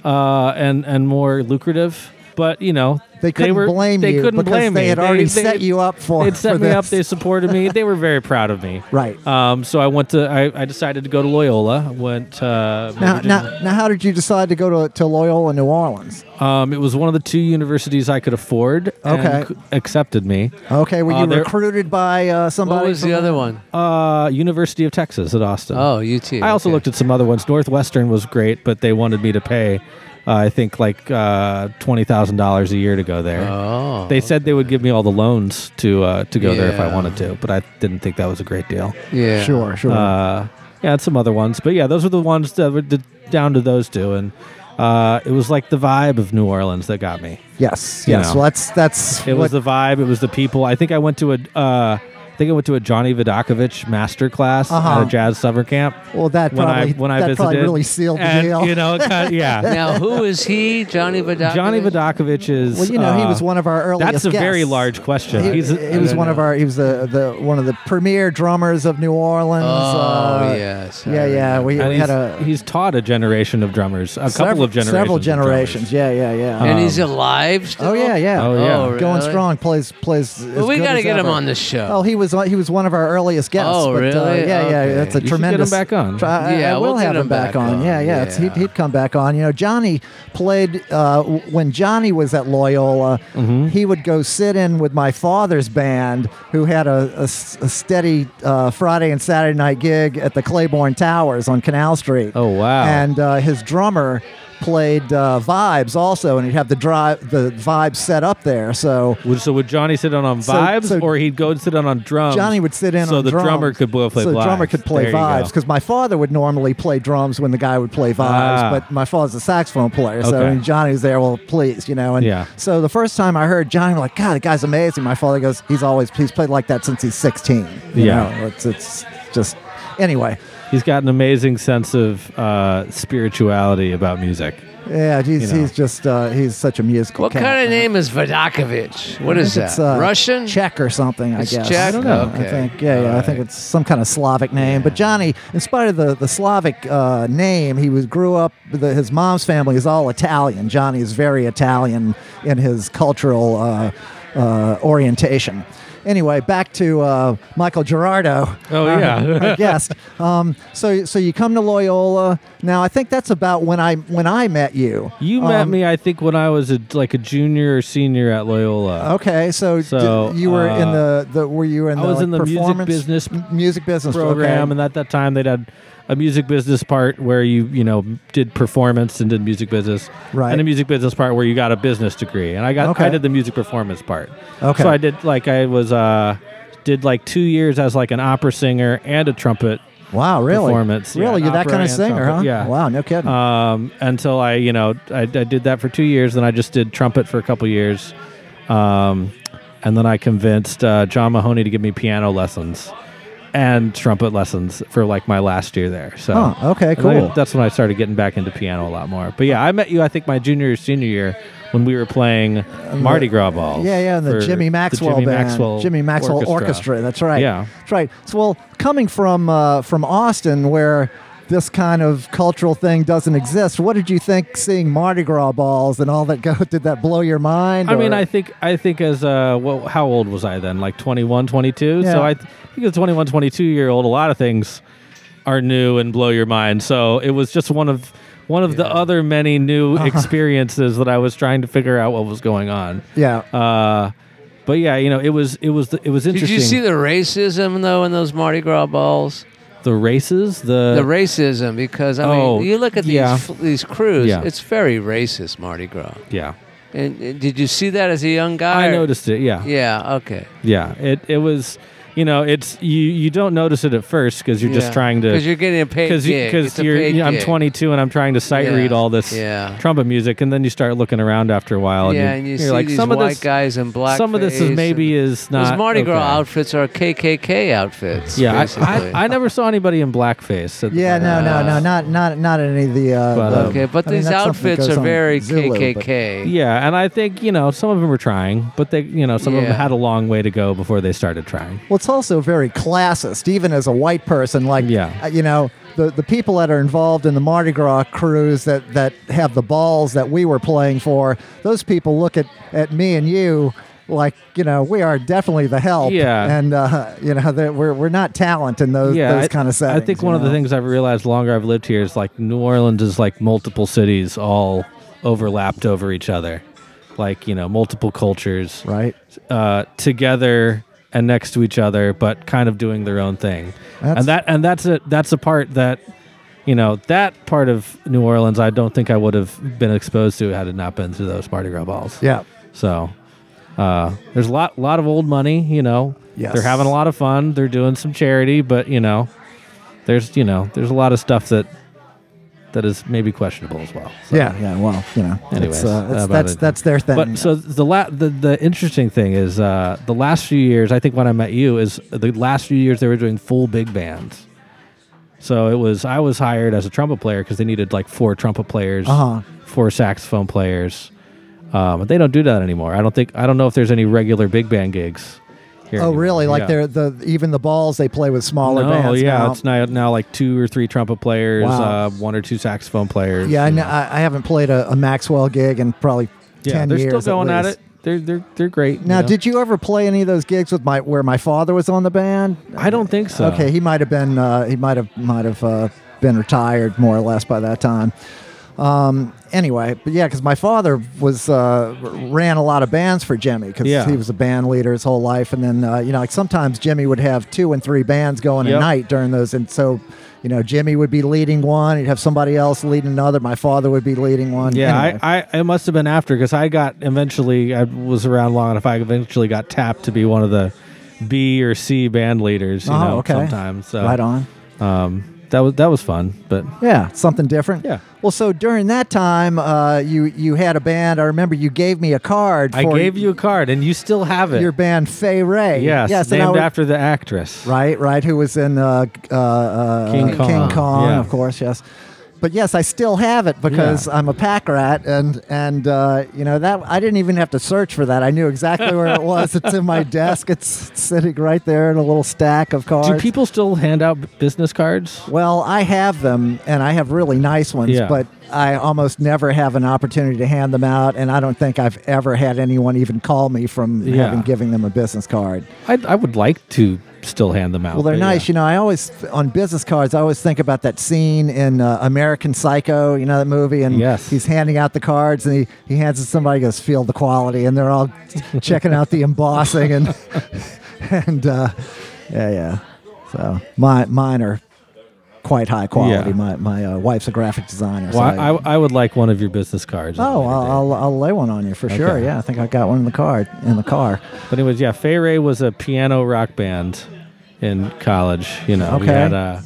C: uh, and and more lucrative. But you know,
A: They couldn't
C: were,
A: blame
C: they
A: you
C: couldn't
A: because
C: blame
A: they
C: me.
A: had already set you up for-
C: They'd set
A: for
C: me up.
A: this.
C: They supported me. they were very proud of me.
A: Right.
C: Um, so I went to. I, I decided to go to Loyola. Went. Uh,
A: now,
C: majored in-
A: now, now, how did you decide to go to, to Loyola, New Orleans?
C: um, it was one of the two universities I could afford. and
A: Okay.
C: c- accepted me.
A: Okay, were
C: Uh,
A: you
C: there-
A: recruited by uh, somebody?
B: What was
A: from-
B: the other one?
C: Uh, University of Texas at Austin.
B: Oh, UT.
C: I also looked at some other ones. Northwestern was great, but they wanted me to pay, uh, I think, like uh, twenty thousand dollars a year to go there.
B: Oh.
C: They said they would give me all the loans to uh, to go there if I
B: Yeah.
C: wanted to, but I didn't think that was a great deal.
B: Yeah.
A: Sure, sure.
C: Uh, yeah, and some other ones, but yeah, those were the ones that were d- down to those two, and uh, it was like the vibe of New Orleans that got me.
A: yes, yes.
C: you know.
A: well, that's that's
C: It
A: what-
C: was the vibe. It was the people. I think I went to a. Uh, I think I went to a Johnny Vidakovich master class
A: Uh-huh.
C: at a jazz summer camp.
A: well that
C: when
A: probably
C: I when I
A: that
C: visited,
A: probably really sealed the
C: and,
A: deal.
C: You know, it kind of- yeah.
B: Now, who is he? Johnny Vidakovich?
C: Johnny Vodakovich is.
A: well, you know, he
C: uh,
A: was one of our earliest.
C: That's a very
A: guests.
C: large question.
A: He,
C: He's,
A: he was one of our. He was the, the one of the premier drummers of New Orleans.
B: Oh,
A: uh,
B: yes. I
A: Yeah, yeah. We,
C: and
A: we
C: he's,
A: had a
C: he's taught a generation of drummers, a couple of generations,
A: several
C: of drummers.
A: generations. Yeah, yeah, yeah.
B: And
C: Um,
B: he's alive still?
A: oh yeah, yeah.
C: Oh, yeah.
B: Oh,
A: Going
B: really?
A: strong. Plays plays. as
B: Well, we
A: good
B: got to
A: as
B: get him
A: ever.
B: on the show.
A: Oh, he was on- he was one of our earliest guests.
B: Oh,
A: but, uh,
B: really?
A: yeah, yeah.
B: Okay.
A: That's a
B: You should
C: get him
A: tremendous.
C: back on.
A: Try- I,
B: Yeah,
A: I will
B: we'll get
A: have him back on. Yeah, yeah. It's, he'd,
B: Yeah.
A: he'd come back on. You know, Johnny played uh, w- when Johnny was at Loyola. He would go sit in with my father's band, who had a, a s- a steady uh, Friday and Saturday night gig at the Claiborne Towers on Canal Street.
C: Oh, wow.
A: And uh, his drummer played uh, vibes also, and he'd have the drive the vibes set up there. So
C: Would- So would Johnny sit down on
A: So-
C: vibes,
A: so-
C: or he'd go and sit down on drums?
A: Johnny would sit in
C: Um, so
A: on
C: the
A: drums.
C: drummer could blow play
A: so the drummer
C: vibes.
A: could play
C: There you
A: vibes
C: go.
A: because my father would normally play drums when the guy would play vibes,
C: Ah.
A: but my father's a saxophone player, so
C: Okay.
A: when Johnny's there. Well, please, you know, and
C: Yeah.
A: so the first time I heard Johnny, I'm like, God, the guy's amazing. My father goes, he's always he's played like that since he's 16. you
C: Yeah.
A: know, it's it's just anyway.
C: He's got an amazing sense of uh, spirituality about music.
A: Yeah, he's,
C: You know.
A: he's just uh, he's such a musical.
B: What
A: cat,
B: kind of
A: man.
B: name is Vodakovich? What
A: I
B: is
A: think
B: that?
A: it's, uh,
B: Russian?
A: Czech or something, I
B: It's
A: guess.
B: Czech? I don't know.
A: I
B: Okay.
A: think, yeah, yeah. I think it's some kind of Slavic name. But Johnny, in spite of the, the Slavic uh, name, he was grew up, the, his mom's family is all Italian. Johnny is very Italian in his cultural uh, uh, orientation. Anyway, back to uh, Michael Gerardo.
C: Oh,
A: our-
C: yeah.
A: our guest. Um, so, so you come to Loyola. Now, I think that's about when I when I met you.
C: You met
A: Um,
C: me, I think, when I was a, like a junior or senior at Loyola.
A: Okay, so, d-
C: So,
A: you were in
C: uh,
A: the, the were you in
C: I
A: the,
C: was
A: like,
C: in the music
A: performance
C: business
A: m- music business
C: program,
A: okay.
C: and at that time they'd had a music business part where you you know did performance and did music business,
A: Right.
C: And a music business part where you got a business degree, and I got
A: Okay.
C: I did the music performance part.
A: Okay.
C: so I did like I was uh did like two years as like an opera singer and a trumpet
A: wow, really?
C: performance, yeah,
A: really, you're that
C: opera
A: kind of
C: and
A: singer,
C: trumpet,
A: huh?
C: yeah.
A: Wow, no kidding.
C: um, until I, you know, I, I did that for two years. Then I just did trumpet for a couple years. Um, and then I convinced uh, John Mahoney to give me piano lessons and trumpet lessons for like my last year there. So,
A: Huh, okay,
C: and I-
A: cool.
C: that's when I started getting back into piano a lot more. But yeah, I met you, I think, my junior or senior year when we were playing Mardi Gras balls.
A: Uh, yeah, yeah, and the
C: for
A: Jimmy Maxwell
C: Jimmy
A: band,
C: Maxwell
A: Jimmy Maxwell Orchestra. That's right.
C: Yeah.
A: that's right. So, well, coming from uh, from Austin, where this kind of cultural thing doesn't exist, what did you think seeing Mardi Gras balls and all that go? Did that blow your mind?
C: I mean,
A: or-
C: I think I think as uh, well, how old was I then? Like 21, 22.
A: Yeah.
C: So I th- think as a 21, 22 year old, a lot of things are new and blow your mind. So it was just one of one of the other many new experiences that I was trying to figure out what was going on.
A: yeah.
C: Uh, but yeah, you know, it was it was it was
B: Did
C: interesting.
B: you see the racism though in those Mardi Gras balls?
C: the races? The,
B: the racism because I
C: Oh,
B: mean you look at these
C: yeah.
B: f- these crews,
C: Yeah.
B: it's very racist Mardi Gras.
C: yeah,
B: And uh, did you see that as a young guy?
C: I
B: or-
C: noticed it. Yeah,
B: Yeah. Okay.
C: yeah. It it was, you know, it's you you don't notice it at first because you're just trying to
B: because you're getting a paid
C: because
B: gig.
C: because
B: It's a
C: you're
B: paid
C: you know, I'm
B: gig.
C: 22 and I'm trying to sight
B: Yeah.
C: read all this
B: Yeah.
C: trumpet music, and then you start looking around after a while, and,
B: yeah,
C: you,
B: and you
C: are
B: see
C: like,
B: these
C: some
B: white
C: of this,
B: guys in black.
C: some of this is maybe is not
B: Those Mardi Gras
C: okay.
B: outfits are KKK outfits.
C: Yeah, I,
B: basically.
C: I, I never saw anybody in blackface. at the
A: Yeah, no, no,
C: Mardi
A: no,
C: Gras.
A: not not not any of the. Uh,
C: Uh, But,
A: the-
C: um,
B: okay, but
A: I mean,
B: these
A: that's something that
B: outfits
A: goes
B: are
A: on
B: very
A: Zulu, but-
B: KKK.
C: Yeah, and I think you know some of them were trying, but they you know some of them
B: Yeah.
C: had a long way to go before they started trying.
A: Well, it's also very classist, even as a white person. Like,
C: Yeah.
A: uh, you know, the, the people that are involved in the Mardi Gras crews that, that have the balls that we were playing for, those people look at, at me and you like, you know, we are definitely the help.
C: Yeah.
A: And, uh, you know, that we're, we're not talent in those,
C: yeah,
A: those
C: I-
A: kind of settings.
C: I think
A: you
C: one of the
A: know?
C: things I've realized the longer I've lived here is like New Orleans is like multiple cities all overlapped over each other, like you know multiple cultures
A: Right.
C: uh, together and next to each other, but kind of doing their own thing.
A: That's-
C: and that and that's a that's a part that you know that part of New Orleans I don't think I would have been exposed to had it not been through those Mardi Gras balls.
A: Yeah.
C: So uh, there's a lot lot of old money, you know.
A: Yes.
C: They're having a lot of fun. They're doing some charity, but you know, there's you know, there's a lot of stuff that that is maybe questionable as well. So-
A: Yeah. Yeah. Well, you know, it's,
C: Anyways,
A: uh, it's-
C: about
A: that's,
C: it.
A: that's their thing.
C: But so the la- the the interesting thing is uh, the last few years I think when I met you is the last few years they were doing full big bands. So it was I was hired as a trumpet player because they needed like four trumpet players,
A: Uh-huh.
C: four saxophone players. Um, but they don't do that anymore. I don't think I don't know if there's any regular big band gigs. Here
A: oh,
C: anymore.
A: really? Like
C: Yeah.
A: they're the, even the balls they play with smaller
C: no,
A: bands.
C: yeah,
A: now.
C: it's now now like two or three trumpet players,
A: Wow.
C: uh, one or two saxophone players.
A: Yeah, I,
C: you
A: kn-
C: know.
A: I I haven't played a, a Maxwell gig in probably
C: yeah,
A: ten
C: they're
A: years.
C: still going at,
A: least.
C: it. they're they're they're great. you
A: Now,
C: know?
A: did you ever play any of those gigs with my where my father was on the band?
C: I don't think so.
A: Okay, he might have been uh, he might have might have uh, been retired more or less by that time. Um, anyway, but yeah, because my father was uh, ran a lot of bands for Jimmy because
C: Yeah.
A: he was a band leader his whole life, and then uh, you know like sometimes Jimmy would have two and three bands going
C: Yep.
A: a night during those, and so. You know, Jimmy would be leading one. He'd have somebody else leading another. My father would be leading one.
C: Yeah,
A: Anyway.
C: I, I it must have been after because I got eventually I was around long enough. I eventually got tapped to be one of the B or C band leaders. You
A: Oh,
C: know,
A: okay.
C: sometimes so,
A: right on.
C: Um, that was that was fun, but
A: Yeah, something different.
C: Yeah.
A: Well, so during that time, uh, you you had a band. I remember you gave me a card.
C: I
A: for
C: gave you a card and you still have it.
A: your band Fay Ray.
C: yes,
A: and I
C: named
A: would-
C: after the actress.
A: Right, right. Who was in uh, uh, uh,
C: King Kong, yeah.
A: of course. Yes. But yes, I still have it because I'm a pack rat, and and uh, you know that I didn't even have to search for that. I knew exactly where it was. It's in my desk. It's sitting right there in a little stack of cards.
C: Do people still hand out b- business cards?
A: Well, I have them, and I have really nice ones,
C: Yeah.
A: but I almost never have an opportunity to hand them out, and I don't think I've ever had anyone even call me from
C: Yeah.
A: having giving them a business card.
C: I I would like to still hand them out.
A: Well, they're
C: but
A: nice,
C: yeah.
A: you know. I always on business cards, I always think about that scene in uh, American Psycho, you know that movie, and
C: Yes.
A: he's handing out the cards, and he he hands it to somebody, goes feel the quality, and they're all checking out the embossing and and uh, yeah, yeah. So my mine are quite high quality.
C: Yeah.
A: My my uh, wife's a graphic designer. so
C: Well,
A: I-
C: I, I, would like one of your business cards.
A: Oh, I'll, I'll, I'll lay one on you for sure.
C: Okay.
A: Yeah, I think I got one in the card in the car.
C: But anyways, yeah, Fay Ray was a piano rock band in college. You know, we
A: Okay.
C: had uh,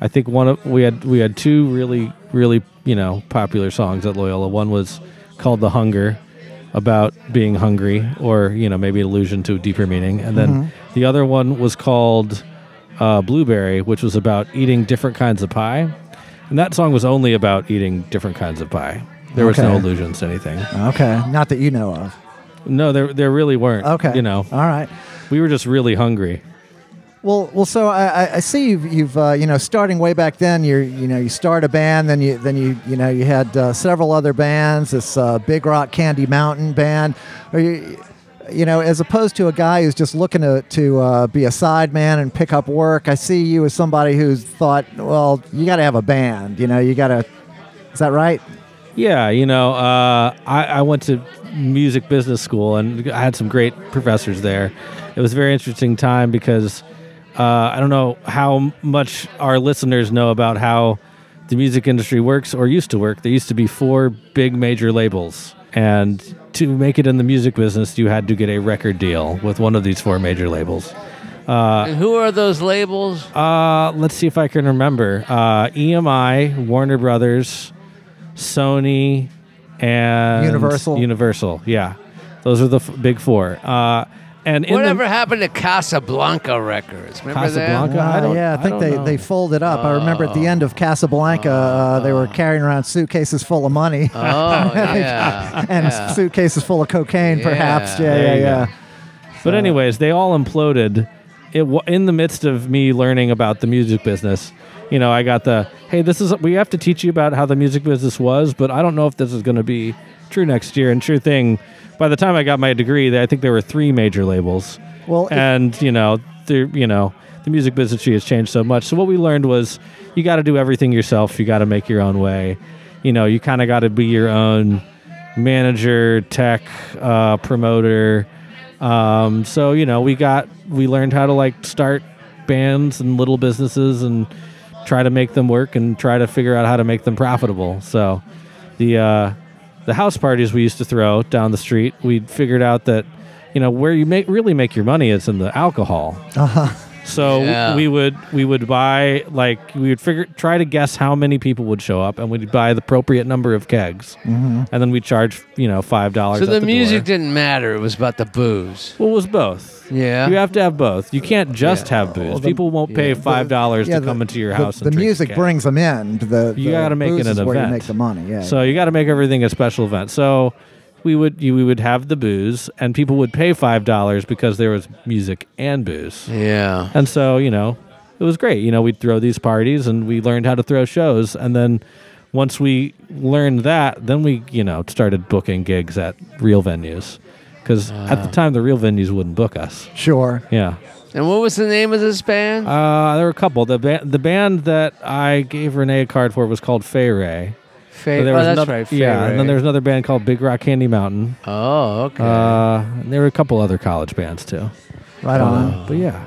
C: I think one of we had we had two really really you know popular songs at Loyola. One was called "The Hunger," about being hungry, or you know maybe allusion to a deeper meaning. And then
A: Mm-hmm.
C: the other one was called uh, "Blueberry," which was about eating different kinds of pie. And that song was only about eating different kinds of pie. There was no
A: Okay.
C: allusions to anything.
A: Okay, not that you know of.
C: No, there there really weren't.
A: Okay,
C: you know,
A: all right.
C: we were just really hungry.
A: Well, well. So I, I- I see you've, you've uh, you know, starting way back then. You you know, you start a band, then you then you you know, you had uh, several other bands. This uh, Big Rock Candy Mountain band. Are you, you know, as opposed to a guy who's just looking to to uh, be a sideman and pick up work. I see you as somebody who's thought, well, you got to have a band. You know, you got to. Is that right?
C: Yeah, you know, uh, I, I went to music business school and I had some great professors there. It was a very interesting time because uh, I don't know how m- much our listeners know about how the music industry works or used to work. There used to be four big major labels. And to make it in the music business, you had to get a record deal with one of these four major labels.
B: and who are those labels?
C: Uh, let's see if I can remember. Uh, EMI, Warner Brothers, Sony, and
A: Universal.
C: Universal, yeah. Those are the f- big four. Uh, and in the-
B: Whatever happened to Casablanca Records? Remember
C: Casablanca?
B: that?
C: I
A: Uh,
C: don't-
A: yeah, I
C: I
A: think
C: don't
A: they,
C: know.
A: they folded up. I remember at the end of Casablanca, uh, they were carrying around suitcases full of money.
C: Uh,
B: Oh yeah.
A: and
B: yeah.
A: suitcases full of cocaine, perhaps.
B: Yeah,
A: Yeah, yeah,
C: there you
A: yeah.
C: go. But anyways, they all imploded. It wa in the midst of me learning about the music business. You know, I got the hey, this is we have to teach you about how the music business was, but I don't know if this is going to be true next year. And sure thing, by the time I got my degree, there- I think there were three major labels.
A: Well, if-
C: and you know, there you know, the music business industry has changed so much. So what we learned was you got to do everything yourself. You got to make your own way. You know, you kind of got to be your own manager, tech, uh, promoter. Um, so you know, we got we learned how to like start bands and little businesses and try to make them work and try to figure out how to make them profitable. So the uh, the house parties we used to throw down the street, we figured out that you know where you make really make your money is in the alcohol.
A: Uh-huh.
C: So
B: Yeah.
C: we would we would buy like we would figure try to guess how many people would show up, and we'd buy the appropriate number of kegs,
A: Mm-hmm.
C: and then we charge you know five dollars.
B: So the music
C: Door.
B: didn't matter. It was about the booze.
C: Well, it was both.
B: Yeah.
C: You have to have both. You can't just have booze.
A: the-
C: People won't pay five dollars
A: Yeah,
C: to come into your house.
A: The,
C: and
A: the
C: drink a
A: music
C: keg.
A: brings them in. The,
C: You
A: the
C: got to make
A: booze
C: it an
A: is
C: event.
A: where you make the money. Yeah.
C: So you got to make everything a special event. So we would you, we would have the booze, and people would pay five dollars because there was music and booze.
B: Yeah.
C: And so, you know, it was great. You know, we'd throw these parties and we learned how to throw shows. And then once we learned that, then we, you know, started booking gigs at real venues. because at the time the real venues wouldn't book us.
A: Sure.
C: Yeah.
B: And what was the name of this band?
C: Uh, there were a couple. The ba- the band that I gave Renee a card for was called Fay Ray.
B: Fa-
C: There
B: oh,
C: was
B: that's
C: another-
B: right.
C: Yeah,
B: Fay
C: and then
B: Ray.
C: there's another band called Big Rock Candy Mountain.
B: Oh, okay.
C: Uh, and there were a couple other college bands too.
A: Right
B: Uh,
C: Uh,
A: on.
C: But yeah,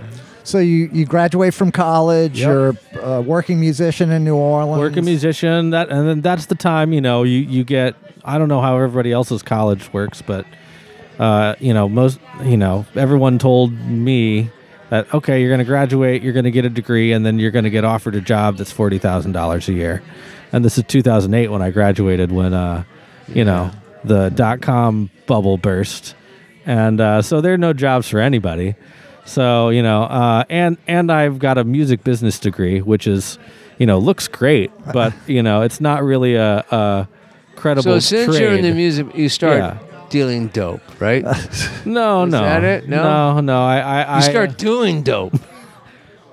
A: So you, you graduate from college.
C: Yep.
A: You're a working musician in New Orleans.
C: working musician. That and then that's the time you know you you get. I don't know how everybody else's college works, but uh, you know most you know everyone told me that okay, you're going to graduate, you're going to get a degree, and then you're going to get offered a job that's forty thousand dollars a year. And this is 2008 when I graduated, when uh, you know the dot com bubble burst, and uh, so there are no jobs for anybody. So you know, uh, and and I've got a music business degree, which is you know looks great, but you know it's not really a, a
B: so
C: credible.
B: since you're in the
C: trade.
B: music, you start
C: Yeah.
B: dealing dope, right? you
C: no, no,
B: that it? No?
C: no, no, I, I, I
B: start doing dope.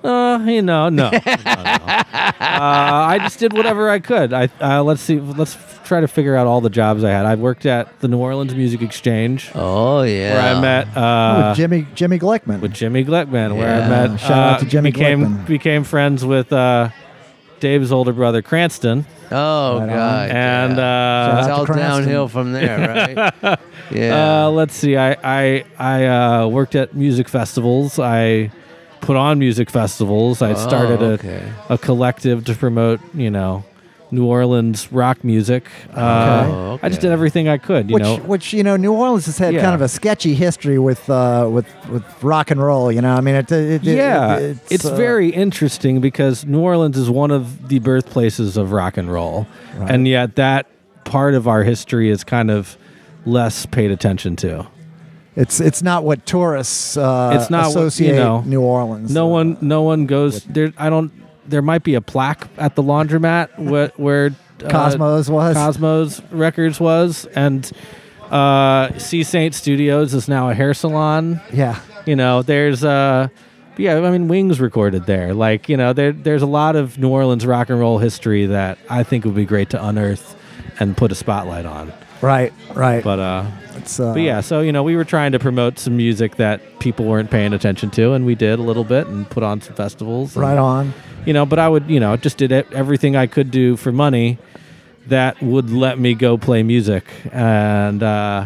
C: Uh, you know, no. no, no. Uh, I just did whatever I could. I uh, let's see, let's f- try to figure out all the jobs I had. I worked at the New Orleans Music Exchange,
B: Oh yeah.
C: where I met
A: with
C: uh,
A: Jimmy Jimmy Glickman.
C: with Jimmy Glickman, where
B: Yeah.
C: I met
A: Shout out
C: uh,
A: to Jimmy
C: became
A: Glickman.
C: became friends with uh, Dave's older brother Cranston,
B: Oh
A: Right on.
B: god.
C: and
B: yeah.
A: Shout
C: uh,
A: out
B: it's
A: to
B: all
A: Cranston.
B: downhill from there, right? yeah.
C: uh, let's see, I I I uh, worked at music festivals. I put on music festivals. I started a
B: okay.
C: a collective to promote, you know, New Orleans rock music. Uh,
B: Oh,
C: I just
B: okay.
C: did everything I could, you
A: which,
C: know.
A: which you know, New Orleans has had
C: Yeah.
A: kind of a sketchy history with uh, with with rock and roll. You know, I mean, it, it, it-
C: yeah,
A: it-
C: it's,
A: uh,
C: very interesting because New Orleans is one of the birthplaces of rock and roll,
A: Right.
C: and yet that part of our history is kind of less paid attention to.
A: It's it's not what tourists uh,
C: It's not what, you
A: associate
C: know,
A: New Orleans.
C: No
A: uh,
C: one, no one goes there. I don't. There might be a plaque at the laundromat where, where uh,
A: Cosmos was.
C: Cosmos Records was, and uh, Sea Saint Studios is now a hair salon.
A: Yeah,
C: You know, there's uh, yeah, I mean, Wings recorded there. Like, you know, there there's a lot of New Orleans rock and roll history that I think would be great to unearth and put a spotlight on.
A: right, right.
C: But uh,
A: it's, uh,
C: but yeah, so you know, we were trying to promote some music that people weren't paying attention to, and we did a little bit and put on some festivals. and-
A: right on.
C: you know but i would you know just did e- everything i could do for money that would let me go play music and uh,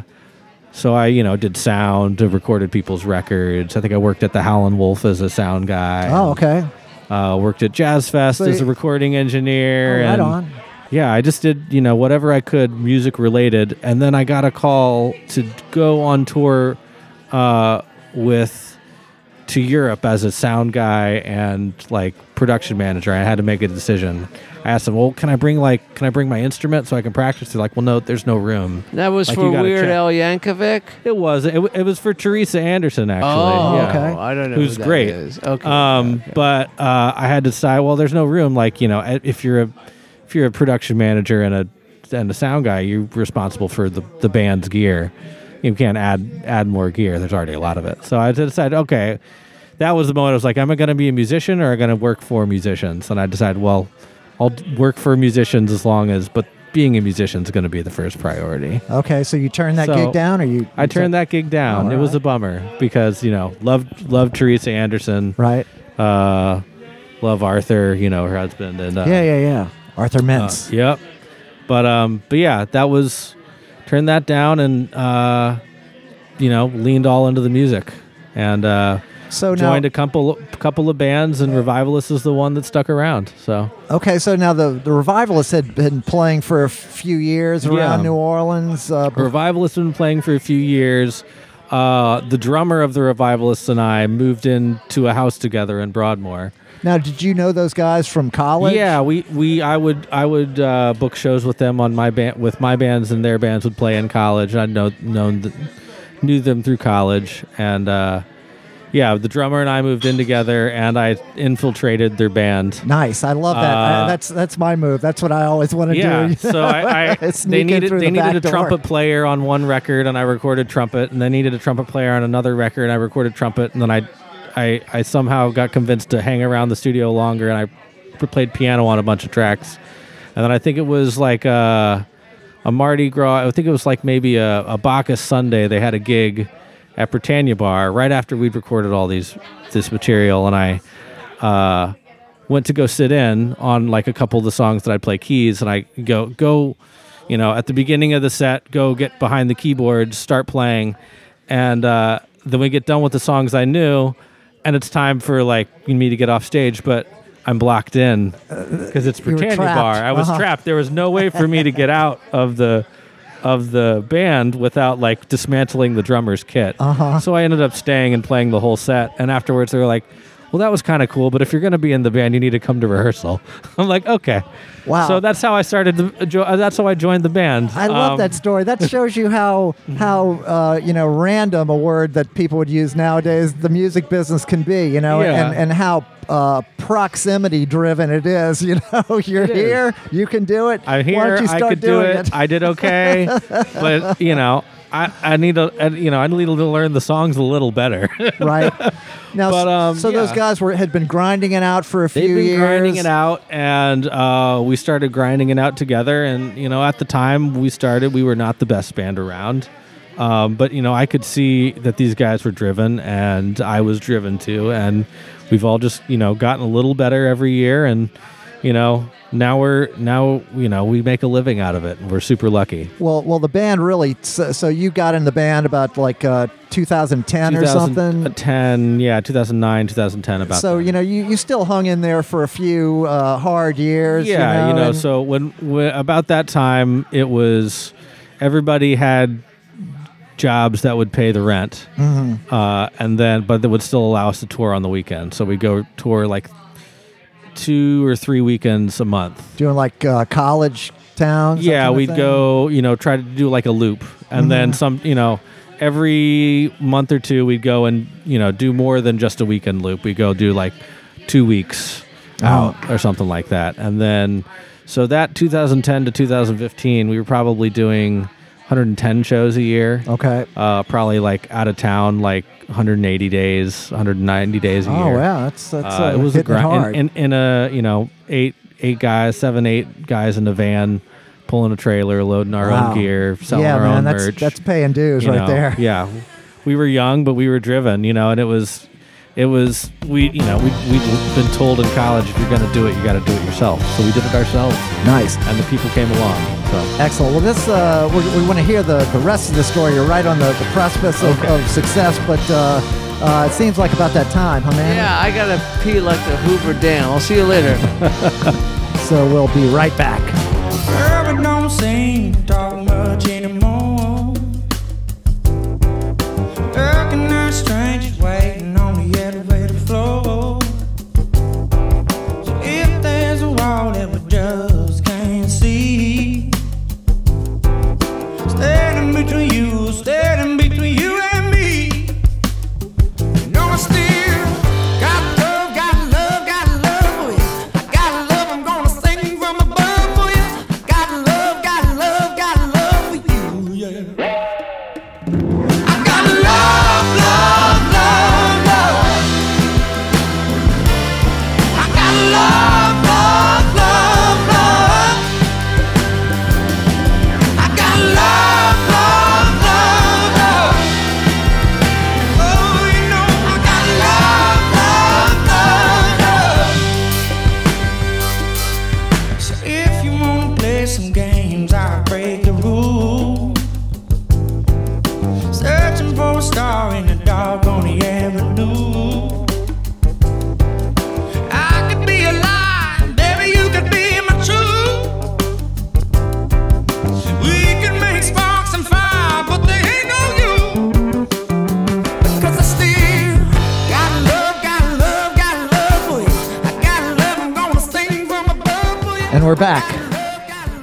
C: so i you know did sound uh, recorded people's records i think i worked at the howlin' wolf as a sound guy
A: Oh, okay.
C: uh, worked at jazz fest
A: So
C: as a
A: you- Oh,
C: recording engineer
A: Right
C: and
A: on.
C: yeah i just did you know whatever i could music related and then i got a call to go on tour uh, with to europe as a sound guy and like production manager i had to make a decision i asked them well can i bring like can i bring my instrument so i can practice they're like well no there's no room
B: that was
C: like,
B: for
C: you gotta
B: Weird
C: check.
B: Al Yankovic.
C: it was it, w- it was for teresa anderson actually
B: Oh,
C: yeah
A: okay.
B: I don't know.
C: who's
B: who that
C: great.
B: is. Okay.
C: Um, but uh, I had to decide. Well, there's no room. Like you know, i- if you're a if you're a production manager and a and a sound guy, you're responsible for the the band's gear. You can't add add more gear. There's already a lot of it. So I had to decide. Okay, that was the moment. I was like, am I going to be a musician or am I going to work for musicians? And I decided, well, I'll d- work for musicians as long as, but being a musician is going to be the first priority.
A: Okay, so you turned that
C: So,
A: gig down, or you?
C: I turned that gig down.
A: All
C: It was
A: right.
C: a bummer because you know loved loved Teresa Anderson
A: Right.
C: uh, love Arthur, you know, her husband, and uh,
A: yeah, yeah, yeah. Arthur
C: uh,
A: Mintz.
C: yep. But um, but yeah, that was turned that down, and uh, you know, leaned all into the music, and uh,
A: So Oh, now,
C: joined a couple couple of bands, and Revivalist is the one that stuck around. So
A: Okay, so now the, the revivalists had been playing for a few years around
C: Yeah.
A: New Orleans. Uh, bef-
C: Revivalist been playing for a few years. Uh, the drummer of the Revivalists and I moved into a house together in Broadmoor.
A: now, did you know those guys from college?
C: Yeah, we, we I would I would uh, book shows with them on my band with my bands and their bands would play in college. I know known th- knew them through college and uh, yeah, the drummer and I moved in together and I infiltrated their band.
A: Nice. I love that. I-
C: Uh,
A: that's that's my move. That's what I always want to
C: Yeah,
A: do.
C: so I, I they
A: Sneak in
C: needed
A: through
C: they
A: the back
C: needed a
A: door.
C: trumpet player on one record and I recorded trumpet and they needed a trumpet player on another record and I recorded trumpet and then I I, I somehow got convinced to hang around the studio longer and I p- played piano on a bunch of tracks and then I think it was like uh a Mardi Gras. I think it was like maybe a, a Bacchus Sunday. They had a gig at Britannia Bar right after we'd recorded all these this material, and I uh, went to go sit in on like a couple of the songs that I play keys, and I go go, you know, at the beginning of the set, go get behind the keyboard, start playing, and uh, then we get done with the songs I knew, and it's time for like me to get off stage, but. I'm blocked in because it's
A: were
C: Britannia
A: trapped.
C: Bar. I was
A: Uh-huh.
C: trapped. There was no way for me to get out of the of the band without like dismantling the drummer's kit. Uh-huh. So I ended up staying and playing the whole set. And afterwards, they were like, "Well, that was kind of cool, but if you're going to be in the band, you need to come to rehearsal." I'm like, "Okay."
A: Wow.
C: So that's how I started. The, jo- uh, that's how I joined the band.
A: I love
C: Um,
A: that story. That shows you how how uh, you know random a word that people would use nowadays. The music business can be, you know,
C: Yeah.
A: and and how uh, proximity driven it is. You know, you're
C: is.
A: here, you can do it. Why
C: I'm here.
A: don't you
C: I
A: start
C: could do
A: doing
C: it. I did okay, but you know, I, I need to I- you know I need to learn the songs a little better.
A: right now?
C: But, um,
A: so those
C: yeah.
A: guys were had been grinding it out for a few
C: They've been
A: years.
C: grinding it out, and uh, we started grinding it out together. And you know, at the time we started, we were not the best band around, um, but you know, I could see that these guys were driven, and I was driven too. And we've all just you know gotten a little better every year, and you know, now we're now you know we make a living out of it, and we're super lucky.
A: Well, well, the band really. So, so you got in the band about like uh, 2010 or something.
C: 2010, yeah, 2009, 2010, about.
A: so
C: there.
A: you know you, you still hung in there for a few uh, hard years.
C: Yeah, you know.
A: and-
C: so when, when about that time, it was everybody had jobs that would pay the rent, uh, and then but that would still allow us to tour on the weekend. So we go tour like two or three weekends a month.
A: doing like uh, college towns. that
C: yeah,
A: kind of
C: we'd
A: thing? Mm-hmm.
C: go, you know, try to do like a loop, and then some, you know. Every month or two, we'd go and you know do more than just a weekend loop. We go do like two weeks out
A: Oh.
C: or something like that, and then so that 2010 to 2015, we were probably doing 110 shows a year.
A: Okay.
C: Uh, probably like out of town, like 180 days, 190 days a
A: Oh
C: year.
A: wow, that's that's uh,
C: Uh, it was a
A: hitting
C: grind
A: hard.
C: in, in, in a you know eight eight guys seven eight guys in a van pulling a trailer loading our
A: Wow.
C: own gear selling
A: yeah,
C: our
A: man,
C: own
A: that's
C: merch
A: that's paying dues
C: you
A: right
C: know.
A: there.
C: yeah we were young but we were driven you know and it was it was we you know we we'd been told in college if you're gonna do it you got to do it yourself so we did it ourselves
A: Nice.
C: and the people came along so
A: Excellent. Well, this uh, we, we want to hear the, the rest of the story. You're right on the, the precipice of,
C: Okay.
A: of success, but uh, uh, it seems like about that time, huh, man?
B: Yeah, I gotta pee like the Hoover Dam. I'll see you later.
A: So we'll be right back.
D: Girl, we don't seem to talk much anymore. Looking at strangers waiting on the elevator floor. So if there's a wall that we just can't see, standing between you, standing between you and me. No, I still got love, got love, got love for you. I got love, I'm gonna sing from above for you. I got love, got love, got love for you. Yeah. I got love, love, love, love. I got love, love, love, love. I got love, love, love, love. Oh, you know I got love, love, love, love. So if you wanna play some games, I break the rules. Searching for a star in the dark on the avenue. I could be a lie, baby, you could be my truth. We can make sparks and fire, but they ain't no use. Cause I still got love, got love, got love for you. I got love, I'm gonna sing from above for you.
A: And we're back.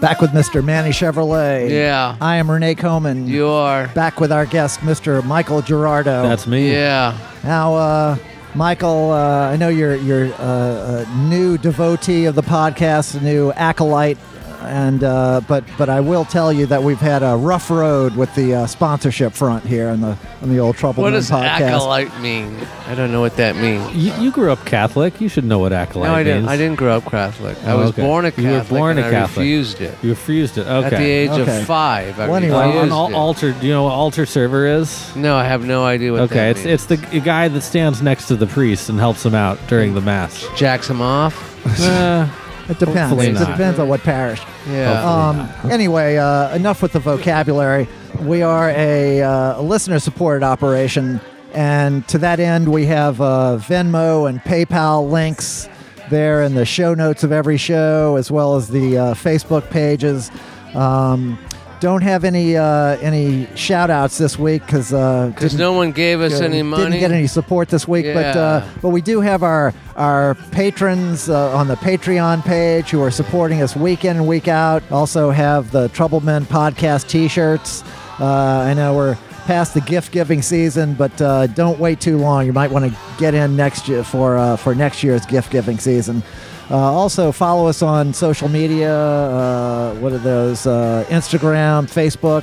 A: Back with Mr. Manny Chevrolet.
B: Yeah.
A: I am Renee Coman.
B: You are.
A: back with our guest, Mr. Michael Gerardo.
C: that's me
B: Oh, Yeah.
A: Now, uh, Michael, uh, I know you're you're uh, a new devotee of the podcast, a new acolyte. and uh, but but I will tell you that we've had a rough road with the uh, sponsorship front here on the on the old Trouble
B: What
A: Men
B: does
A: podcast.
B: acolyte mean? I don't know what that means.
C: You, you grew up Catholic. You should know what acolyte
B: No, I didn't.
C: means.
B: I didn't grow up Catholic. I
C: Oh,
B: was
C: okay.
B: born a
C: You
B: Catholic.
C: were born
B: and
C: a Catholic.
B: I refused it
C: You refused it. Okay.
B: at the age
A: Okay.
B: of five. I
A: Well, anyway,
C: Uh,
B: refused
C: an al-
B: it.
C: altar. Do you know what altar server is?
B: No, I have no idea what.
C: Okay, it's it's the g- guy that stands next to the priest and helps him out during the mass.
B: it's jacks him off.
C: Uh,
A: It depends.
C: Hopefully
A: It
C: not.
A: depends on what parish.
C: Oh,
B: Yeah. Uh,
A: Um, anyway, uh, enough with the vocabulary. We are a uh, listener supported operation, and to that end, we have uh, Venmo and PayPal links there in the show notes of every show, as well as the uh, Facebook pages. Um, don't have any uh, any shout outs this week because uh,
B: Because
A: didn't-
B: no one gave us any
A: didn't
B: money.
A: get any support this week, but
B: Yeah.
A: uh, but we do have our our patrons uh, on the Patreon page who are supporting us week in and week out. Also have the Trouble Men podcast T-shirts. Uh, I know we're past the gift giving season, but uh, don't wait too long. You might want to get in next year for uh, for next year's gift giving season. Uh, also follow us on social media. Uh, what are those? Uh, Instagram, Facebook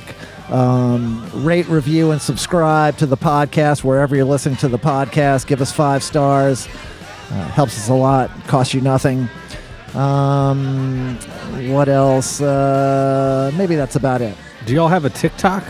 A: um, rate, review, and subscribe to the podcast wherever you're listening to the podcast. Give us five stars. Uh, helps us a lot. Costs you nothing. Um, what else? Uh, maybe that's about it.
C: do y'all have a TikTok?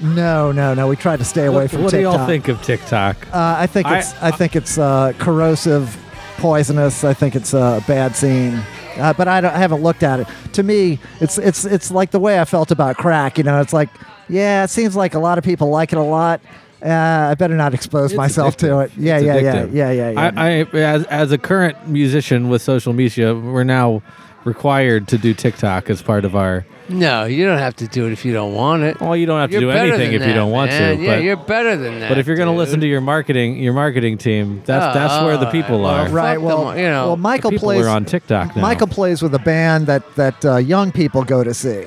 A: No, no, no. We tried to stay away
C: what
A: from
C: what do
A: TikTok.
C: y'all think of TikTok?
A: Uh, I think
C: I-
A: it's I, think it's uh, corrosive, poisonous. I think it's a bad scene. Uh, but I, don't, I haven't looked at it. To me, it's it's it's like the way I felt about crack. You know, it's like yeah, it seems like a lot of people like it a lot. Uh, I better not expose
C: It's
A: myself to
C: addictive.
A: it. Yeah,
C: It's
A: yeah, yeah,
C: addictive.
A: yeah, yeah, yeah.
C: I, I as as a current musician with social media, we're now required to do TikTok as part of our.
B: No, you don't have to do it if you don't want it.
C: Well, you don't have to
B: You're
C: do
B: better
C: anything if
B: than
C: you
B: that,
C: don't want
B: man.
C: to.
B: Yeah,
C: but,
B: you're better than that.
C: but if you're going to listen to your marketing, your marketing team, that's
B: Oh,
C: that's where the
B: all
C: people
B: right. Well,
C: are.
A: right.
B: them
A: Well,
B: all, you know.
A: well, Michael
C: people
A: plays
C: are on TikTok now.
A: Michael plays with a band that that uh, young people go to see.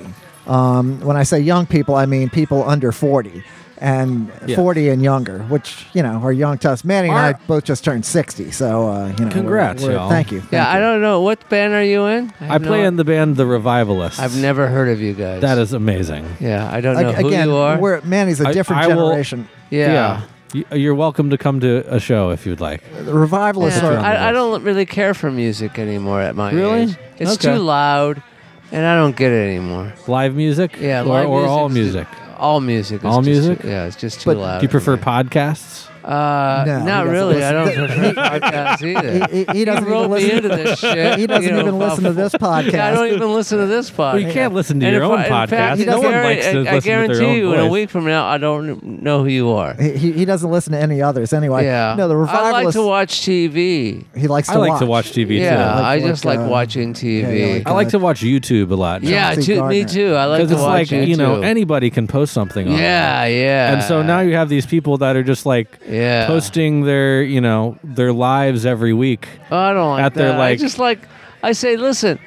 A: Um, when I say young people, I mean people under forty and
C: Yeah.
A: forty and younger, which you know are young to us. Manny
C: Are-
A: and I both just turned sixty, so uh, you know. we're-
C: Congrats,
A: we're-
C: y'all.
A: Thank you.
B: yeah,
A: thank
B: I
A: you.
B: don't know what band are you in.
C: I play in the band The Revivalists.
B: I've never heard of you guys.
C: That is amazing.
B: Yeah, I don't know
A: Ag-
B: who
A: Again,
B: you are.
A: we're Manny's a
C: I-
A: different
C: I will-
A: generation.
B: yeah.
C: Y- You're welcome to come to a show if you'd like.
A: The revivalists
B: Yeah,
A: are.
B: I, I don't really care for music anymore at my
C: Really?
B: age. It's
C: Okay.
B: too loud, and I don't get it anymore.
C: Live music?
B: Yeah,
C: or,
B: live
C: or all music.
B: music's- All music. Is
C: All
B: just-
C: music?
B: yeah, it's just too
A: But
B: loud.
C: Do you prefer podcasts?
B: Uh,
A: No, he
B: not
A: doesn't
B: really. I don't
A: listen.
B: prefer podcasts either.
A: he, he- he
B: You
A: doesn't even
B: wrote me
A: listen.
B: into this shit.
A: He doesn't
B: you know,
A: even listen to this podcast.
B: Yeah, I don't e- even listen to this podcast.
C: Well, you can't listen to
B: And
C: your
B: if
C: own
B: I- in fact,
C: podcast.
B: I
A: No one
B: guarantee-
C: likes to
B: I
C: listen to their
B: guarantee
C: own
B: you, in a
C: voice.
B: week from now, I don't know who you are.
A: He, he- he doesn't listen to any others anyway.
B: Yeah.
A: No, the
B: I like
A: revivalists.
B: to watch TV.
A: he likes
C: I like to watch TV
B: Yeah,
A: like-
B: I
A: like,
B: just like
A: uh,
B: watching
A: yeah,
B: TV.
A: like-
C: too. I like to watch YouTube a lot.
B: Yeah,
A: Chauncey
B: too, me
A: Gardner.
B: too. I like
C: Because
B: to
C: it's
B: watch
C: like,
B: YouTube.
C: you know, anybody can post something on it.
B: yeah, yeah.
C: And so now you have these people that are just like
B: Yeah.
C: posting their, you know, their lives every week.
B: Oh, I don't like
C: at
B: that.
C: their,
B: I
C: like-
B: just like I say, listen,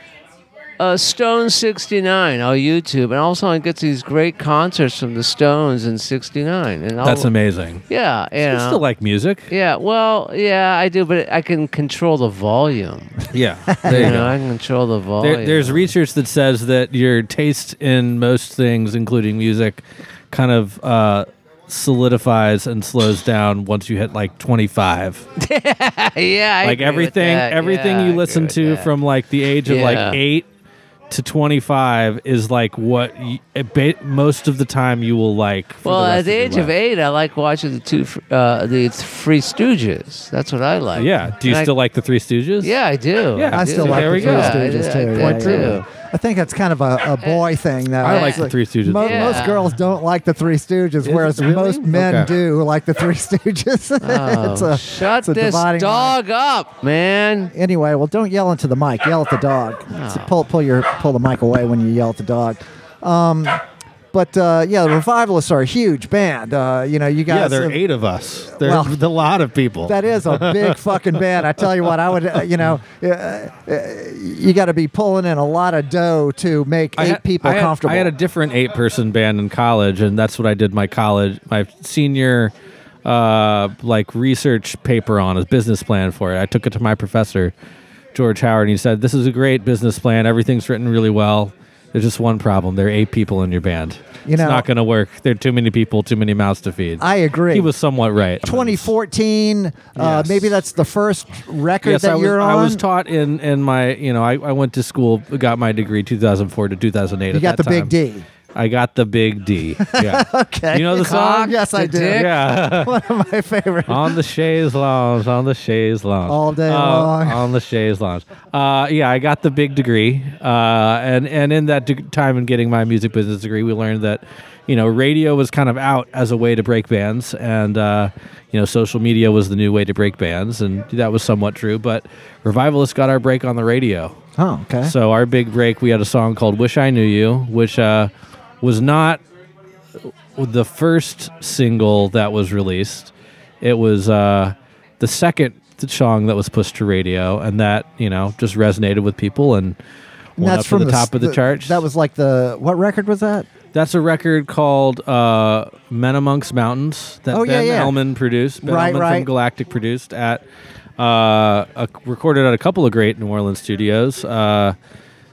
B: uh, Stone sixty nine on YouTube, and also I get these great concerts from the Stones in sixty nine, and I'll,
C: That's amazing.
B: Oh. yeah, you
C: You
B: know.
C: still like music.
B: yeah, well, yeah, I do, but I can control the volume.
C: Yeah.
B: You
C: There you
B: know,
C: go.
B: I can control the volume.
C: There, there's research that says that your taste in most things, including music, kind of uh, solidifies and slows down once you hit like 25.
B: yeah, I
C: like
B: agree with
C: everything,
B: that.
C: everything
B: Yeah, I
C: you
B: agree
C: listen
B: with
C: to
B: that.
C: from like the age of
B: Yeah.
C: like eight to 25 is like what y- it ba- most of the time you will like. For
B: Well,
C: the rest
B: at the
C: your
B: age of
C: life.
B: eight, I like watching the two, fr- uh, the Three Stooges. That's what I like.
C: Yeah. Do you
B: And I-
C: still like the Three Stooges?
B: Yeah, I do.
C: Yeah,
A: I
B: do.
A: still
C: So
A: like
C: there
A: the
C: we
A: Three
C: go.
A: Stooges
B: I- I-
A: too.
B: I
A: Yeah,
B: do.
A: yeah. I think that's kind of a, a boy thing, though.
C: I
B: like the
C: Three Stooges.
A: Mo-
B: Yeah.
A: Most girls don't like the Three Stooges,
C: it
A: whereas
C: really?
A: most men
C: Okay.
A: do like the Three Stooges.
B: Oh,
A: it's a,
B: shut
A: it's a
B: this
A: dividing line.
B: dog up, man.
A: Anyway, well, don't yell into the mic. Yell at the dog.
B: Oh.
A: So pull, pull your, pull the mic away when you yell at the dog. Um, but uh, yeah, the revivalists are a huge band. Uh, you know, you guys.
C: Yeah, there are
A: have-
C: eight of us. There's
A: Well,
C: a lot of people.
A: That is a big fucking band. I tell you what, I would, uh, you know, uh, uh, you got to be pulling in a lot of dough to make eight
C: had-
A: people
C: I had,
A: comfortable.
C: I had a different eight person band in college, and that's what I did my college, my senior uh, like research paper on a business plan for it. I took it to my professor, George Howard, and he said, "This is a great business plan. Everything's written really well. There's just one problem. There are eight people in your band.
A: You
C: it's
A: know-
C: not going to work. There are too many people, too many mouths to feed."
A: I agree.
C: He was somewhat right.
A: 2014. Uh,
C: Yes.
A: maybe that's the first record
C: Yes,
A: that
C: I was,
A: you're on.
C: I was taught in in my you know I, I went to school, got my degree 2004 to 2008.
A: you
C: at
A: got the
C: that
A: big
C: time.
A: D.
C: I got the big D. Yeah.
A: Okay.
C: You know the song?
A: Yes, I
B: The
A: do.
B: dick?
C: Yeah.
A: One of my favorites.
C: on the chaise lounge, on the chaise lounge,
A: All day
C: Uh,
A: long.
C: on the chaise lounge. Uh, yeah, I got the big degree, uh, and and in that de- time in getting my music business degree, we learned that you know radio was kind of out as a way to break bands, and uh, you know social media was the new way to break bands, and that was somewhat true. But revivalists got our break on the radio.
A: Oh, okay.
C: So our big break, we had a song called "Wish I Knew You," which uh, was not the first single that was released. It was uh, the second song that was pushed to radio, and that you know just resonated with people and
A: And
C: went up to the, top
A: s-
C: of the, charts.
A: That was like the what record was that?
C: that's a record called uh, "Men Amongst Mountains" that
A: Oh, yeah,
C: Ben
A: yeah.
C: Elman produced. Ben
A: Right,
C: Elman
A: right.
C: from Galactic produced at uh, a, recorded at a couple of great New Orleans studios. Uh,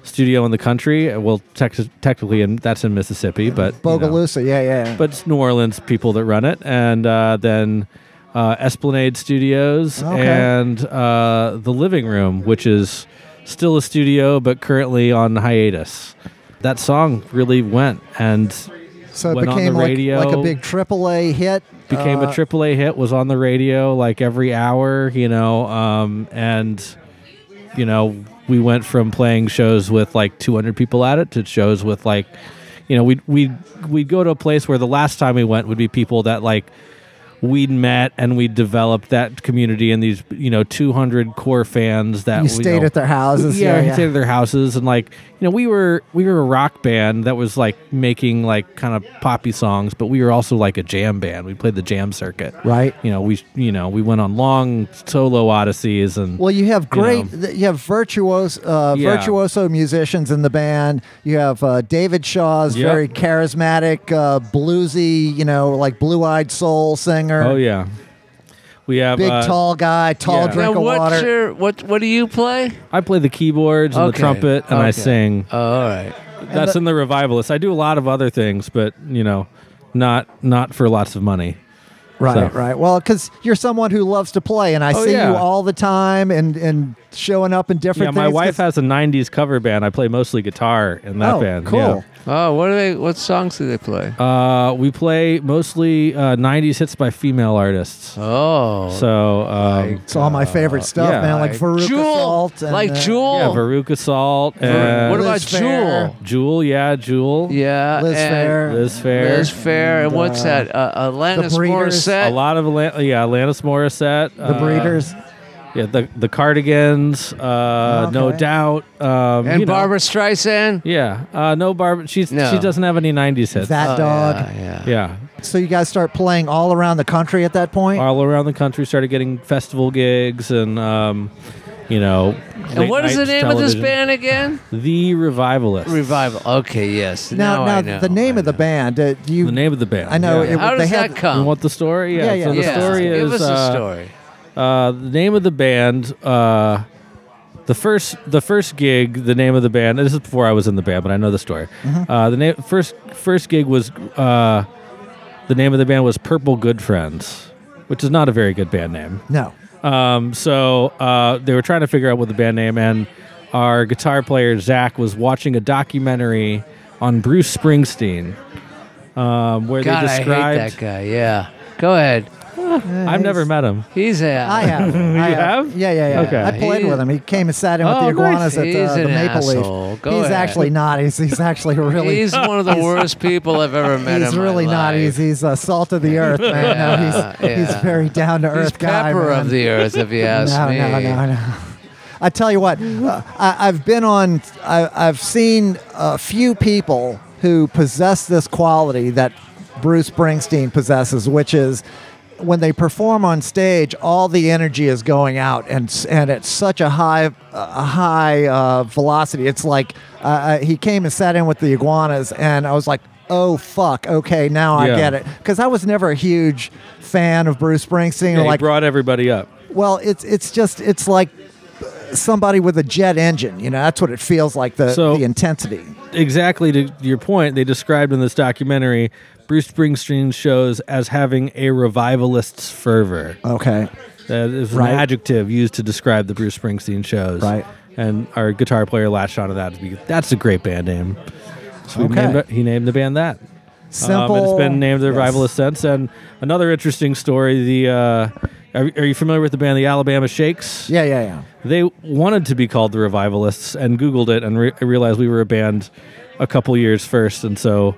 C: studio in the country, uh, well, tex- technically, and that's in Mississippi, but you know
A: Bogalusa. Yeah, yeah. yeah.
C: but it's New Orleans people that run it, and uh, then uh, Esplanade Studios
A: Okay.
C: and uh, the Living Room, which is still a studio but currently on hiatus. That song really went and
A: so it
C: went on
A: became
C: the
A: like,
C: radio.
A: like a big AAA hit.
C: became
A: Uh,
C: a AAA hit. Was on the radio like every hour, you know, um, and you know we went from playing shows with like 200 people at it to shows with like you know we'd we'd we'd go to a place where the last time we went would be people that like we'd met and we developed that community and these you know 200 core fans that
A: You
C: we
A: stayed
C: know,
A: at their houses.
C: yeah,
A: Yeah,
C: we
A: yeah.
C: stayed at their houses and like you know we were we were a rock band that was like making like kind of poppy songs but we were also like a jam band we played the jam circuit
A: Right.
C: you know we you know we went on long solo odysseys and
A: Well, you have
C: You
A: great,
C: know.
A: th- you have virtuos, uh,
C: Yeah.
A: virtuoso musicians in the band. You have uh, David Shaw's
C: Yep.
A: very charismatic, uh, bluesy, you know, like blue-eyed soul singer.
C: oh yeah we have
A: big
C: uh,
A: tall guy, tall
C: yeah.
A: drink
B: now,
A: of
B: what's
A: water.
B: your what? What do you play?
C: I play the keyboards and
B: Okay.
C: the trumpet and I
B: Okay.
C: sing
B: Oh, all right.
C: that's
A: the-
C: in the revivalist I do a lot of other things but you know not not for lots of money
A: right,
C: so.
A: right. Well, because you're someone who loves to play, and I
C: Oh,
A: see
C: yeah.
A: you all the time and and showing up in different.
C: yeah my
A: things,
C: wife
A: 'cause-
C: has a 90s cover band I play mostly guitar in that
A: Oh,
C: band
A: cool.
C: yeah.
B: Oh, what do they? What songs do they play?
C: Uh, we play mostly uh, 90s hits by female artists.
B: oh,
C: So, um,
A: It's all my favorite stuff,
C: yeah.
A: man. Like Veruca
B: Jewel,
A: Salt, and,
B: like
A: uh,
B: Jewel.
C: yeah, Veruca Salt. And
B: what about
A: Liz Fair.
B: Jewel?
C: Jewel? Yeah, Jewel.
B: Yeah,
A: Liz
B: and
A: Fair.
C: Liz Fair.
B: Liz Fair, and,
A: And,
B: what's
A: uh,
B: that? Uh, Alanis
A: Breeders.
B: Morissette.
C: A lot of Alan- yeah, Alanis Morissette. uh,
A: The Breeders.
C: Yeah, the the Cardigans. Uh, No
A: Okay.
C: doubt. Um,
B: and
C: you know.
B: Barbara Streisand.
C: Yeah. Uh, no, Barbara. She's
B: No.
C: she doesn't have any 90s hits.
A: that
B: Oh,
A: dog.
B: Yeah, yeah.
C: uh, yeah.
A: So you guys start playing all around the country at that point.
C: All around the country, started getting festival gigs and. Um, you know,
B: And what is the name of this band again?
C: The Revivalists.
B: Revival. Okay, yes.
A: now,
B: now,
A: now,
B: I know.
A: the name
B: I
A: of the
B: know.
A: band. Uh, do you
C: The name of the band.
A: I know
C: Yeah.
A: it-
B: How
A: they
B: does
A: had-
B: that come?
C: You want the story? Yeah.
A: Yeah,
C: So the
A: yeah.
B: yeah.
C: story
B: Give
C: is
B: us
C: uh,
B: a story.
C: uh, the name of the band. Uh, the first, the first gig, the name of the band. This is before I was in the band, but I know the story.
A: Mm-hmm.
C: Uh, the name first first gig was uh, the name of the band was Purple Good Friends, which is not a very good band name.
A: No.
C: Um, so uh, they were trying to figure out what the band name, and our guitar player Zach was watching a documentary on Bruce Springsteen, um, where
B: God,
C: they
B: I hate
C: described.
B: that guy. Yeah. Go ahead.
C: I've never met him.
B: He's a.
A: I have. you I
C: have?
A: Yeah, yeah, yeah.
C: Okay.
A: I played
B: He-
A: with him. He came and sat in with
B: Oh,
A: the
B: nice.
A: iguanas at
B: He's
A: uh, the
B: an
A: Maple
B: asshole.
A: Leaf.
B: Go
A: he's
B: ahead.
A: actually not. He's he's actually really
B: He's one of the worst people I've ever met.
A: he's
B: in my
A: really not.
B: life.
A: He's he's uh, salt of the earth, man. no, he's
B: Yeah,
A: he's
B: yeah.
A: very down to
B: He's
A: earth guy.
B: pepper
A: man.
B: of the earth, if you ask
A: no,
B: me.
A: no, no, no. I tell you what, uh, I, I've been on, I, I've seen a few people who possess this quality that Bruce Springsteen possesses, which is when they perform on stage, all the energy is going out, and s- and it's such a high, a high uh, velocity. It's like uh, uh, he came and sat in with the iguanas, and I was like. Oh fuck! Okay, now I
C: Yeah.
A: get it. Because I was never a huge fan of Bruce Springsteen. or
C: Yeah, he
A: like,
C: brought everybody up.
A: well, it's it's just it's like somebody with a jet engine. You know, that's what it feels like. The
C: So-
A: the intensity.
C: exactly to your point, they described in this documentary Bruce Springsteen shows as having a revivalist's fervor.
A: Okay.
C: That is
A: Right.
C: an adjective used to describe the Bruce Springsteen shows.
A: Right.
C: And our guitar player latched onto that. to be- That's a great band name. So we
A: Okay.
C: named it- he named the band that. Um,
A: Simple.
C: and it's been named the
A: Yes.
C: Revivalist since. And another interesting story: the uh, are, are you familiar with the band the Alabama Shakes?
A: Yeah, yeah, yeah.
C: They wanted to be called the Revivalists and Googled it and re- realized we were a band a couple years first, and so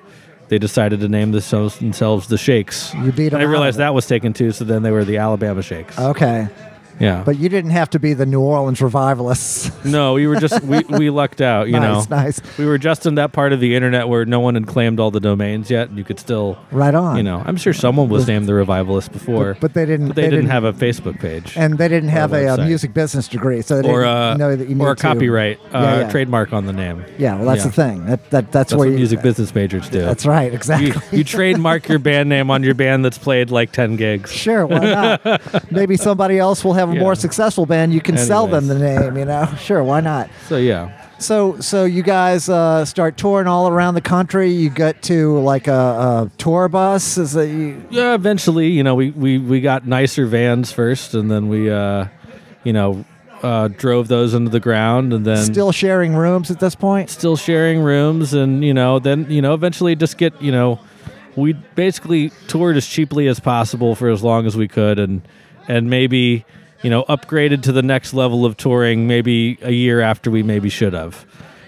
C: they decided to name themselves, themselves the Shakes.
A: You beat 'em
C: And I
A: out
C: realized
A: of it.
C: that was taken too, so then they were the Alabama Shakes.
A: Okay.
C: yeah,
A: But you didn't have to be the New Orleans revivalists.
C: no, we were just we, we lucked out. You
A: nice,
C: know,
A: nice.
C: we were just in that part of the internet where no one had claimed all the domains yet, and you could still.
A: Right on.
C: You know, I'm sure someone was named the Revivalist before,
A: But they didn't-
C: But they,
A: they
C: didn't,
A: didn't-
C: have a Facebook page
A: And they didn't have a, uh
C: website.
A: music business degree, so they
C: or
A: didn't
C: a
A: know that you
C: or a
A: needed to-
C: copyright uh,
A: yeah, yeah.
C: trademark on the name.
A: Yeah, well, that's
C: Yeah.
A: the thing. That, that that's,
C: That's
A: where
C: what
A: you,
C: music business majors do.
A: That's right, exactly.
C: You, you trademark your band name on your band that's played like ten gigs.
A: Sure, why not? Maybe somebody else will have a more
C: Yeah.
A: successful band. You can sell them the
C: Anyways.
A: name, you know. Sure, why not?
C: So yeah,
A: So, so you guys uh, start touring all around the country. You get to like a, a tour bus. Is that you?
C: yeah. Eventually, you know, we we we got nicer vans first, and then we, uh, you know, uh, drove those into the ground, and then
A: Still sharing rooms at this point.
C: still sharing rooms, and you know, then you know, eventually just get you know, we basically toured as cheaply as possible for as long as we could, and and maybe you know upgraded to the next level of touring maybe a year after we maybe should have.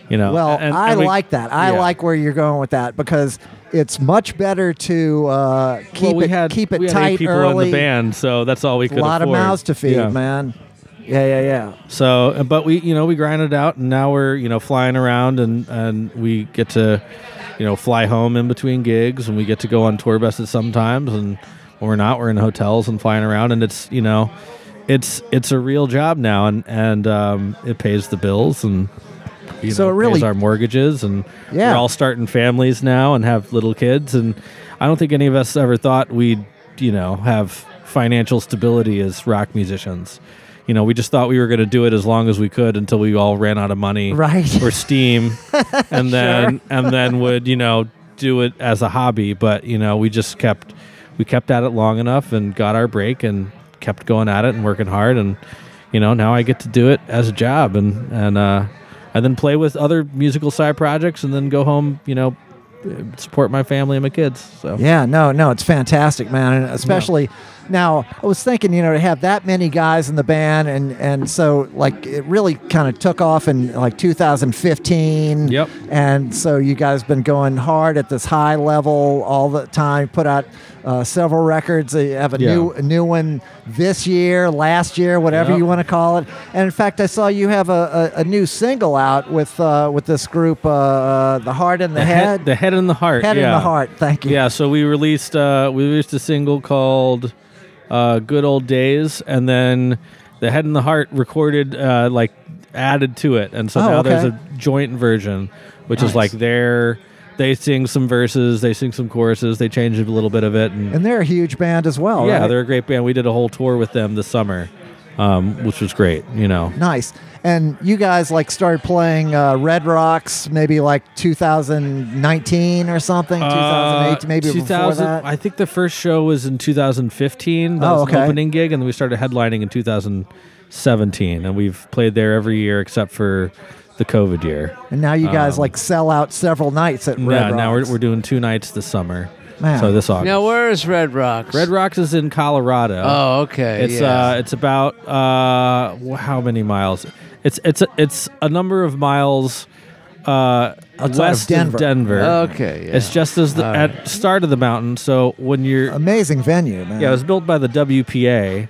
C: You know,
A: Well,
C: and-
A: I
C: and we-
A: like that. I
C: yeah.
A: like where you're going with that because it's much better to uh, keep
C: well, we
A: it
C: had,
A: keep it
C: we had
A: tight
C: eight people
A: early.
C: in the band, so that's all we
A: A
C: could.
A: lot of
C: afford.
A: mouths to feed,
C: Yeah.
A: man. Yeah, yeah, yeah.
C: So, uh, but we, you know, we grinded out, and now we're, you know, flying around, and and we get to, you know, fly home in between gigs, and we get to go on tour buses sometimes, and when we're not, we're in hotels and flying around, and it's, you know, it's it's a real job now, and and um, it pays the bills, and you
A: So
C: know,
A: it really-
C: pays our mortgages, and
A: Yeah.
C: we're all starting families now and have little kids, and I don't think any of us ever thought we'd, you know, have financial stability as rock musicians. You know, we just thought we were going to do it as long as we could until we all ran out of money,
A: Right.
C: or steam, and then and then would you know do it as a hobby. But you know, we just kept we kept at it long enough and got our break and kept going at it and working hard and you know now I get to do it as a job and and uh, and then play with other musical side projects and then go home. You know, uh, support my family and my kids. So
A: Yeah, no, no, it's fantastic, man, and especially now. I was thinking, you know, to have that many guys in the band, and and so like it really kind of took off in like 2015.
C: Yep.
A: And so you guys been going hard at this high level all the time. Put out uh, several records. You have a
C: Yeah.
A: new a new one this year, last year, whatever
C: Yep.
A: you want to call it. And in fact, I saw you have a, a, a new single out with uh, with this group, uh, the Heart and the,
C: the
A: Head.
C: head, the head and the heart,
A: Head and
C: yeah.
A: the heart. Thank you.
C: Yeah, so we released uh, we released a single called uh, "Good Old Days," and then the Head and the Heart recorded uh, like added to it, and so
A: Oh,
C: now there's
A: okay.
C: a joint version, which
A: Nice.
C: is like their they sing some verses, they sing some choruses, they change a little bit of it, and,
A: And they're a huge band as well.
C: yeah,
A: right?
C: they're a great band. We did a whole tour with them this summer, um, which was great. You know,
A: nice. And you guys like started playing uh, Red Rocks maybe like 2019 or something, 2008, maybe before
C: 2000
A: that.
C: Uh, I think the first show was in 2015. That
A: Oh,
C: was an
A: okay.
C: opening gig, and then we started headlining in 2017, and we've played there every year except for the COVID year.
A: and now you guys like sell out several nights at Red
C: Um, yeah,
A: Rocks.
C: now we're, we're doing two nights this summer.
A: Man.
C: So this August.
B: Now where is Red Rocks?
C: Red Rocks is in Colorado.
B: Oh, okay.
C: It's
B: yeah.
C: uh, it's about uh, wh- how many miles? It's it's a, it's a number of miles uh,
A: Outside of
C: west
A: Denver.
C: Denver.
B: Okay, yeah.
C: It's just as the
B: All
C: at start of the mountain. So when you're
A: amazing venue, man.
C: yeah, it was built by the WPA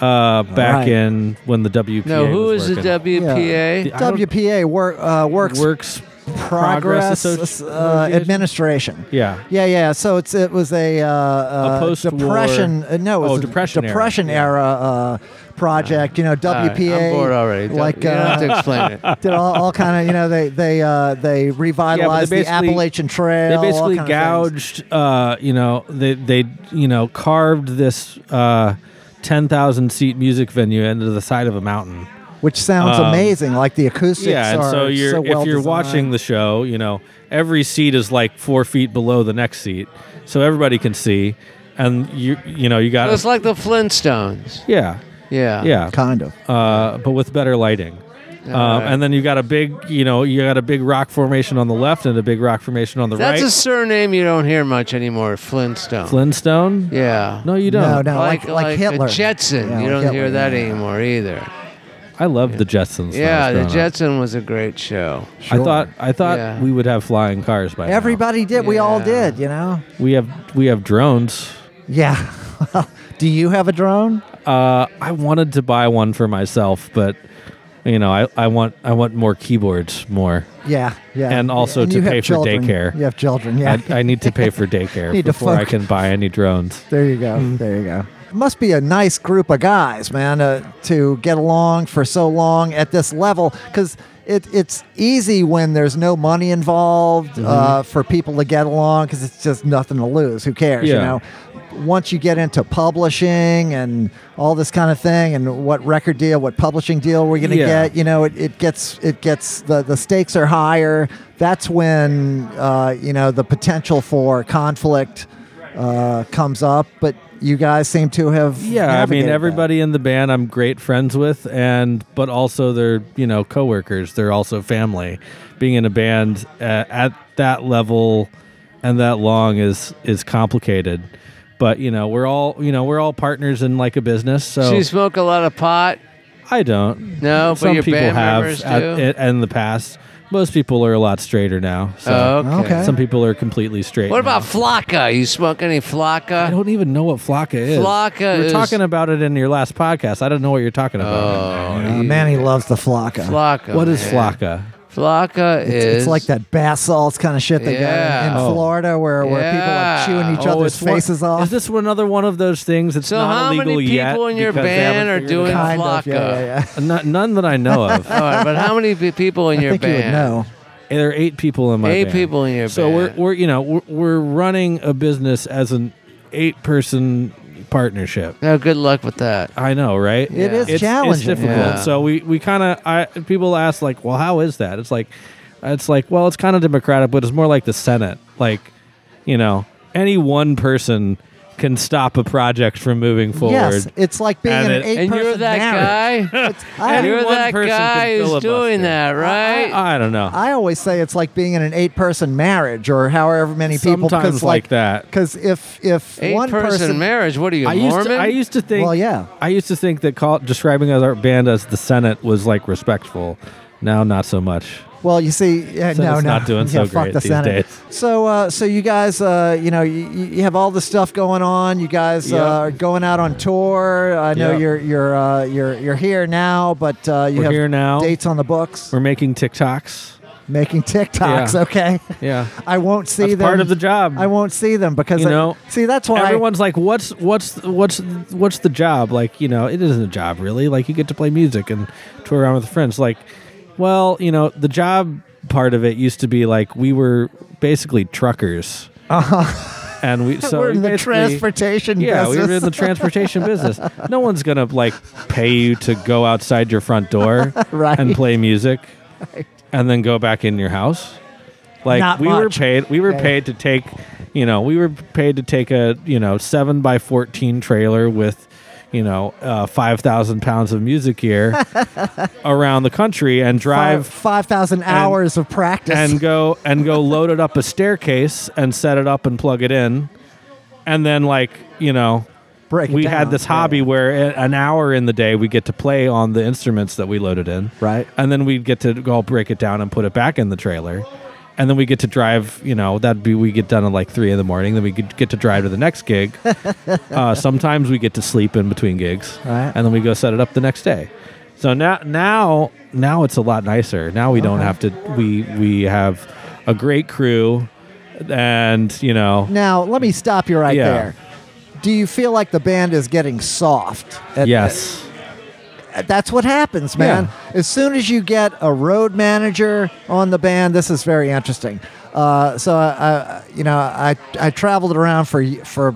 C: uh, back
A: right.
C: in when the WPA.
B: no, who
C: was
B: is the
C: working.
B: WPA?
C: I don't-
A: WPA work, uh, Works
C: Works
A: Progress,
C: Associ-
A: uh,
C: Association?
A: Administration.
C: Yeah.
A: Yeah, yeah. So it's it was a, uh, uh,
C: post-war-
A: depression. Uh, no, it was
C: Oh,
A: a
C: Depression era.
A: depression era, uh, project. You know,
B: All right,
A: WPA.
B: I'm bored already. Don't-
A: Like
B: you don't have
A: uh,
B: to explain it.
A: did all, all kind of you know they they uh, they revitalized the
C: basically-
A: Appalachian Trail.
C: They basically
A: all kinda things.
C: gouged, uh, you know, they they you know carved this uh, ten thousand seat music venue into the side of a mountain.
A: which sounds amazing. Like the acoustics
C: yeah, and
A: are
C: so you're
A: well
C: if you're watching the show, you know every seat is like four feet below the next seat, so everybody can see, and you you know you got
B: It's like the Flintstones.
C: yeah
B: Yeah.
C: yeah
A: kind of.
C: uh, but with better lighting. Um,
B: Alright.
C: and then you got a big, you know, you got a big rock formation on the left and a big rock formation on the
B: That's
C: right.
B: a surname you don't hear much anymore, Flintstone.
C: Flintstone.
B: yeah.
C: No, you
A: No,
C: don't.
A: no, like like,
B: a
A: Hitler.
B: Jetson.
A: Yeah,
B: you
A: like
B: don't
A: Hitler,
B: hear that
A: yeah.
B: anymore either.
C: I love the Jetsons. when I was
B: Yeah, the
C: growing up.
B: Jetson was a great show.
C: I thought I thought
B: Yeah.
C: we would have flying cars by now.
A: Everybody did. We all
B: Yeah.
A: did. You know.
C: We have we have drones.
A: Yeah. Do you have a drone?
C: Uh, I wanted to buy one for myself, but you know, I, I want I want more keyboards, more.
A: Yeah, yeah.
C: And also to
A: you have
C: pay for
A: children.
C: daycare.
A: You have children. Yeah.
C: I, I need to pay for daycare
A: Need to
C: before I
A: focus.
C: can buy any drones.
A: there you go. There you go. Must be a nice group of guys, man, uh, to get along for so long at this level because. It, it's easy when there's no money involved uh, for people to get along because it's just nothing to lose. Who cares, you
C: Yeah.
A: know? Once you get into publishing and all this kind of thing, and what record deal, what publishing deal we're going to
C: Yeah.
A: get, you know it, it gets it gets the the stakes are higher that's when uh, you know the potential for conflict uh, comes up but you guys seem to have
C: Yeah, I mean
A: navigated that.
C: everybody in the band I'm great friends with and but also they're, you know, coworkers, they're also family. Being in a band uh, at that level and that long is is complicated. But, you know, we're all, you know, we're all partners in like a business, so
B: Do you smoke a lot of pot?
C: I don't.
B: No, but
C: Some
B: your
C: people
B: band
C: have
B: members
C: at-
B: do?
C: in- in the past. Most people are a lot straighter now. So
B: Oh, okay.
A: Okay.
C: some people are completely straight.
B: What
C: now.
B: about Flocka? You smoke any Flocka?
C: I don't even know what Flocka is.
B: Flocka
C: We were
B: is-
C: talking about it in your last podcast. I don't know what you're talking
B: Oh.
C: about.
A: uh, Manny loves the flocka.
B: Flocka.
C: what is
B: man.
C: Flocka?
B: Flocka
A: It's,
B: is
A: it's like that basalt kind of shit they got in- in,
B: Yeah.
C: Oh.
A: Florida where, where
B: Yeah.
A: people are chewing each other's
C: one-
A: faces
C: Is
A: off.
C: this one- another one of those things that's
B: So
C: not
B: how many
C: illegal yet?
B: people in your
C: because they
B: band
C: haven't
B: are
C: figured it
B: doing Oh.
C: out?
A: kind of, yeah,
B: Flocka?
A: yeah, yeah.
C: Not, none that I know of.
B: All right, but how many pe- people in
A: I
B: your
A: think you
B: band?
A: would know.
C: there are eight people in my
B: Eight
C: band.
B: people in your
C: so
B: band.
C: we're we're you know we're, we're running a business as an eight person partnership.
B: No, good luck with that.
C: I know, right?
A: It is
C: it's,
A: challenging.
C: It's difficult.
B: Yeah.
C: So we we kind of I people ask like, well, how is that? It's like, it's like, well, it's kind of democratic, but it's more like the Senate. Like, you know, any one person can stop a project from moving forward.
A: Yes, it's like being in
C: And
A: an
C: it-
A: eight
B: And you're
A: person
B: that guy.
A: I,
B: you're
C: Anyone
B: that
C: person can
B: guy who's
C: filibuster.
B: doing that,
A: Uh,
B: right?
C: I don't know.
A: I always say it's like being in an eight-person marriage or however many people.
C: Sometimes like that.
A: Because if if
B: Eight
A: one
B: person,
A: person,
B: marriage. What are you,
C: I used
B: Mormon?
C: to, I used to think.
A: Well, yeah.
C: I used to think that call, describing our band as the Senate was like respectful. Now, not so much.
A: well, you see, yeah, no, no,
C: Senate's not doing
A: yeah,
C: so
A: fuck
C: great
A: the
C: these
A: Senate.
C: days.
A: So, uh, so you guys, uh, you know, you, you have all this stuff going on. You guys
C: Yep.
A: uh, are going out on tour. I know
C: Yep.
A: you're you're uh, you're you're here now, but uh, you
C: We're
A: have
C: here now.
A: dates on the books,
C: We're making TikToks.
A: making TikToks.
C: Yeah.
A: Okay,
C: Yeah.
A: I won't see
C: That's
A: them.
C: part of the job.
A: I won't see them because
C: You
A: I-
C: know,
A: see that's why
C: Everyone's like, "What's what's what's what's the job?" Like, you know, it isn't a job really. Like, you get to play music and tour around with friends. Like, well, you know, the job part of it used to be like we were basically truckers, uh-huh. and we so
A: we're in
C: we
A: the
C: basically-
A: transportation
C: Yeah,
A: business.
C: we were in the transportation business. No one's gonna like pay you to go outside your front door
A: Right.
C: and play music, and then go back in your house. Like
A: Not
C: we were
A: much.
C: paid, we were
A: Yeah.
C: paid to take, you know, we were paid to take a you know seven by fourteen trailer with, you know, uh, five thousand pounds of music gear around the country and drive
A: five thousand hours of practice.
C: and go and go load it up a staircase and set it up and plug it in, and then like you know
A: break it
C: we
A: down.
C: had this hobby where a- an hour in the day we get to play on the instruments that we loaded in.
A: Right.
C: And then we'd get to go break it down and put it back in the trailer. And then we get to drive, you know, that'd be, we get done at like three in the morning. Then we could get to drive to the next gig. uh, sometimes we get to sleep in between gigs.
A: Right.
C: And then we go set it up the next day. So now, now, now it's a lot nicer. Now we don't have to, we, we have a great crew and, you know,
A: Now let me stop you right
C: Yeah.
A: there. Do you feel like the band is getting soft? At-
C: yes.
A: that's what happens, man. As soon as you get a road manager on the band, this is very interesting. Uh, so, I, I, you know, I I traveled around for y- for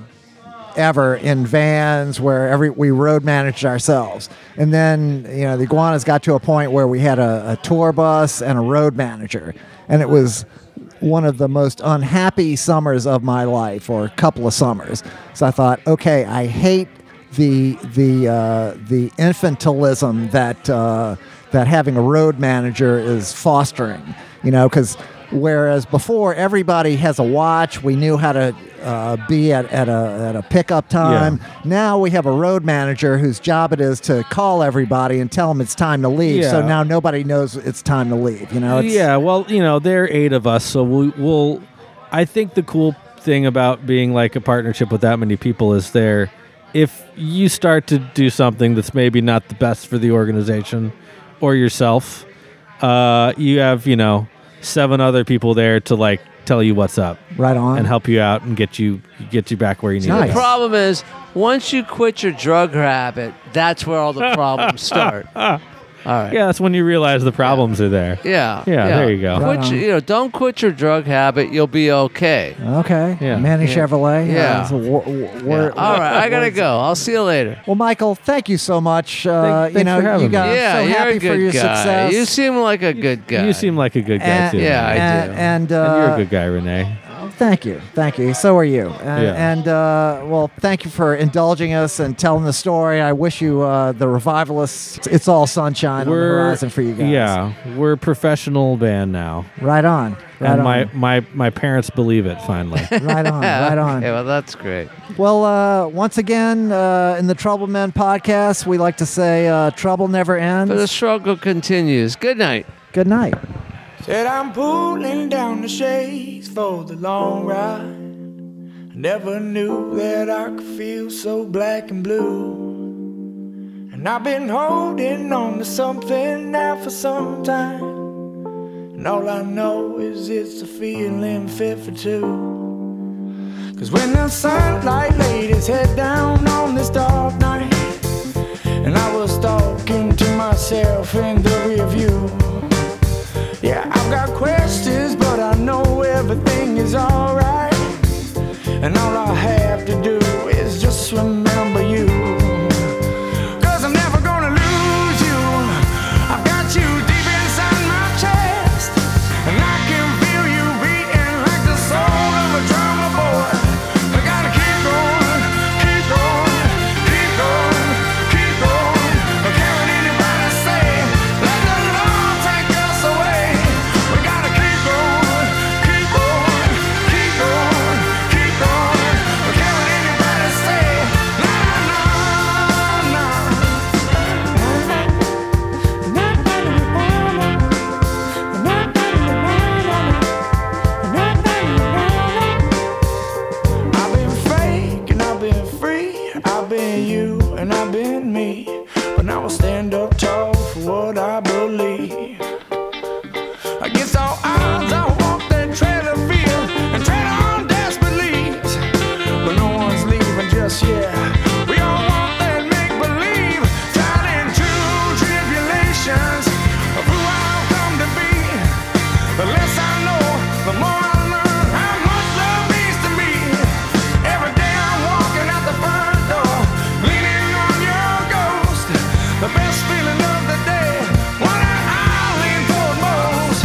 A: ever in vans where every we road managed ourselves. And then you know the iguanas got to a point where we had a, a tour bus and a road manager, and it was one of the most unhappy summers of my life, or a couple of summers. So I thought, okay, I hate the the uh, the infantilism that uh, that having a road manager is fostering. You know, because whereas before everybody has a watch, we knew how to uh, be at, at a at a pickup time. Now we have a road manager whose job it is to call everybody and tell them it's time to leave. So
C: Yeah.
A: now nobody knows it's time to leave. You know, it's,
C: yeah, well, you know, there are eight of us, so we, we'll. I think the cool thing about being like a partnership with that many people is there. If you start to do something that's maybe not the best for the organization or yourself, uh, you have you know seven other people there to like tell you what's up
A: right on.
C: and help you out and get you get you back where you need
A: nice.
C: to.
B: The
C: go.
B: problem is, once you quit your drug habit, that's where all the problems start. All right.
C: Yeah, that's when you realize the problems are there.
B: Yeah.
C: Yeah, there you go.
A: Right
B: Quit,
A: on.
B: you know, don't quit your drug habit. You'll be okay.
A: Okay.
C: Yeah.
A: Manny
B: Yeah.
A: Chevrolet.
B: Yeah.
A: it's a wor- wor-
B: Yeah.
A: wor-
B: All right, I gotta go. I'll see you later.
A: Well, Michael, thank you so much. Uh,
C: thanks
A: you know,
C: for having
A: you
C: me.
A: got
B: yeah,
A: so
B: you're
A: happy
B: a good
A: for your
B: guy.
A: success.
B: You seem like a good guy.
C: You seem like a good guy
A: And-
C: too.
B: Yeah, I do.
A: and, And, uh,
C: and you're a good guy, Renee.
A: Thank you, thank you. So are you. And,
C: Yeah.
A: and uh, well, thank you for indulging us and telling the story. I wish you uh, the revivalists. It's all sunshine on the horizon for you guys.
C: Yeah, we're a professional band now,
A: Right on. Right
C: and
A: on.
C: my, my my parents believe it finally.
A: right on. Right on.
B: Yeah, well, that's great.
A: Well, uh, once again, uh, in the Trouble Men podcast, we like to say uh, trouble never
B: But the
A: ends.
B: struggle continues. Good night.
A: Good night.
D: Said I'm pulling down the shades for the long ride. Never knew that I could feel so black and blue. And I've been holding on to something now for some time. And all I know is it's a feeling fit for two. Cause when the sunlight laid its head down on this dark night, and I was talking to myself in the rearview. Yeah, I've got questions, but I know everything is alright. And all I have to do is just remember you. Cause I'm never gonna lose you. I've got you deep inside my chest. And I can feel you beating like the soul of a drama boy. I gotta keep going, keep going, keep going, keep going. I can't let anybody say, let the love take us away. We gotta keep going, keep going, keep going, keep going. I can't let anybody say, nah, nah, nah. I've been fake and I've been free. I've been you and I've been me. But now I stand up tall for what I believe. Against all odds, I walk that trail of fear and tread on disbelief. But no one's leaving just yet. We all want that make believe. Tied into tribulations of who I've come to be. The less I know, the more I learn how much love means to me. Every day I'm walking out the front door, leaning on your ghost. The best feeling of the day, one that I lean toward most.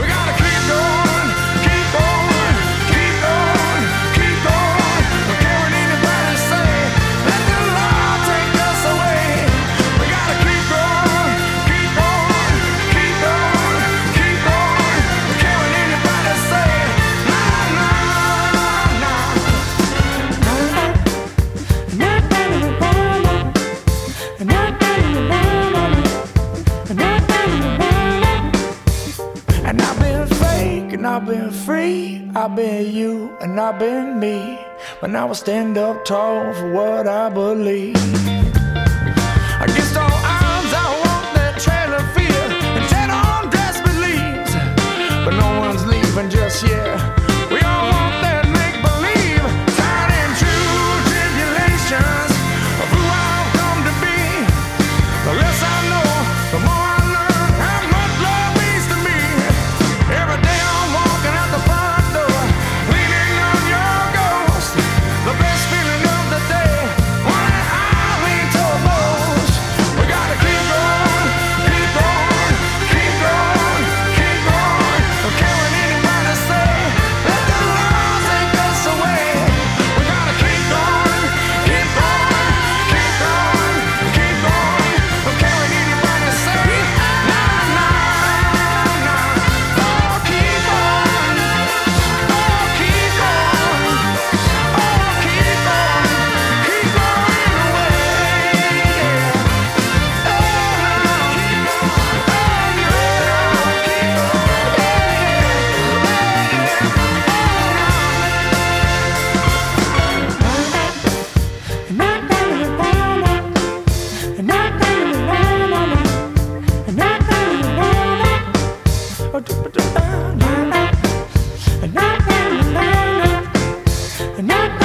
D: We gotta keep going, keep going, keep going, keep going. Don't care what anybody say. Let the love take us away. We gotta keep going, keep going, keep going, keep going. Don't care what anybody say. Nah, nah, nah. And I've been fake and I've been free. I've been you and I've been me. But now I stand up tall for what I believe. Against all odds, I walk that trail of fear and tread on disbeliefs. But no one's leaving just yet. We all want that make believe. Tied in true tribulations of who I've come to be. The less I know, the more I learn how much love means to me. Every day I'm walking out the front door, leaning on your ghost. The best feeling of the day.
E: Not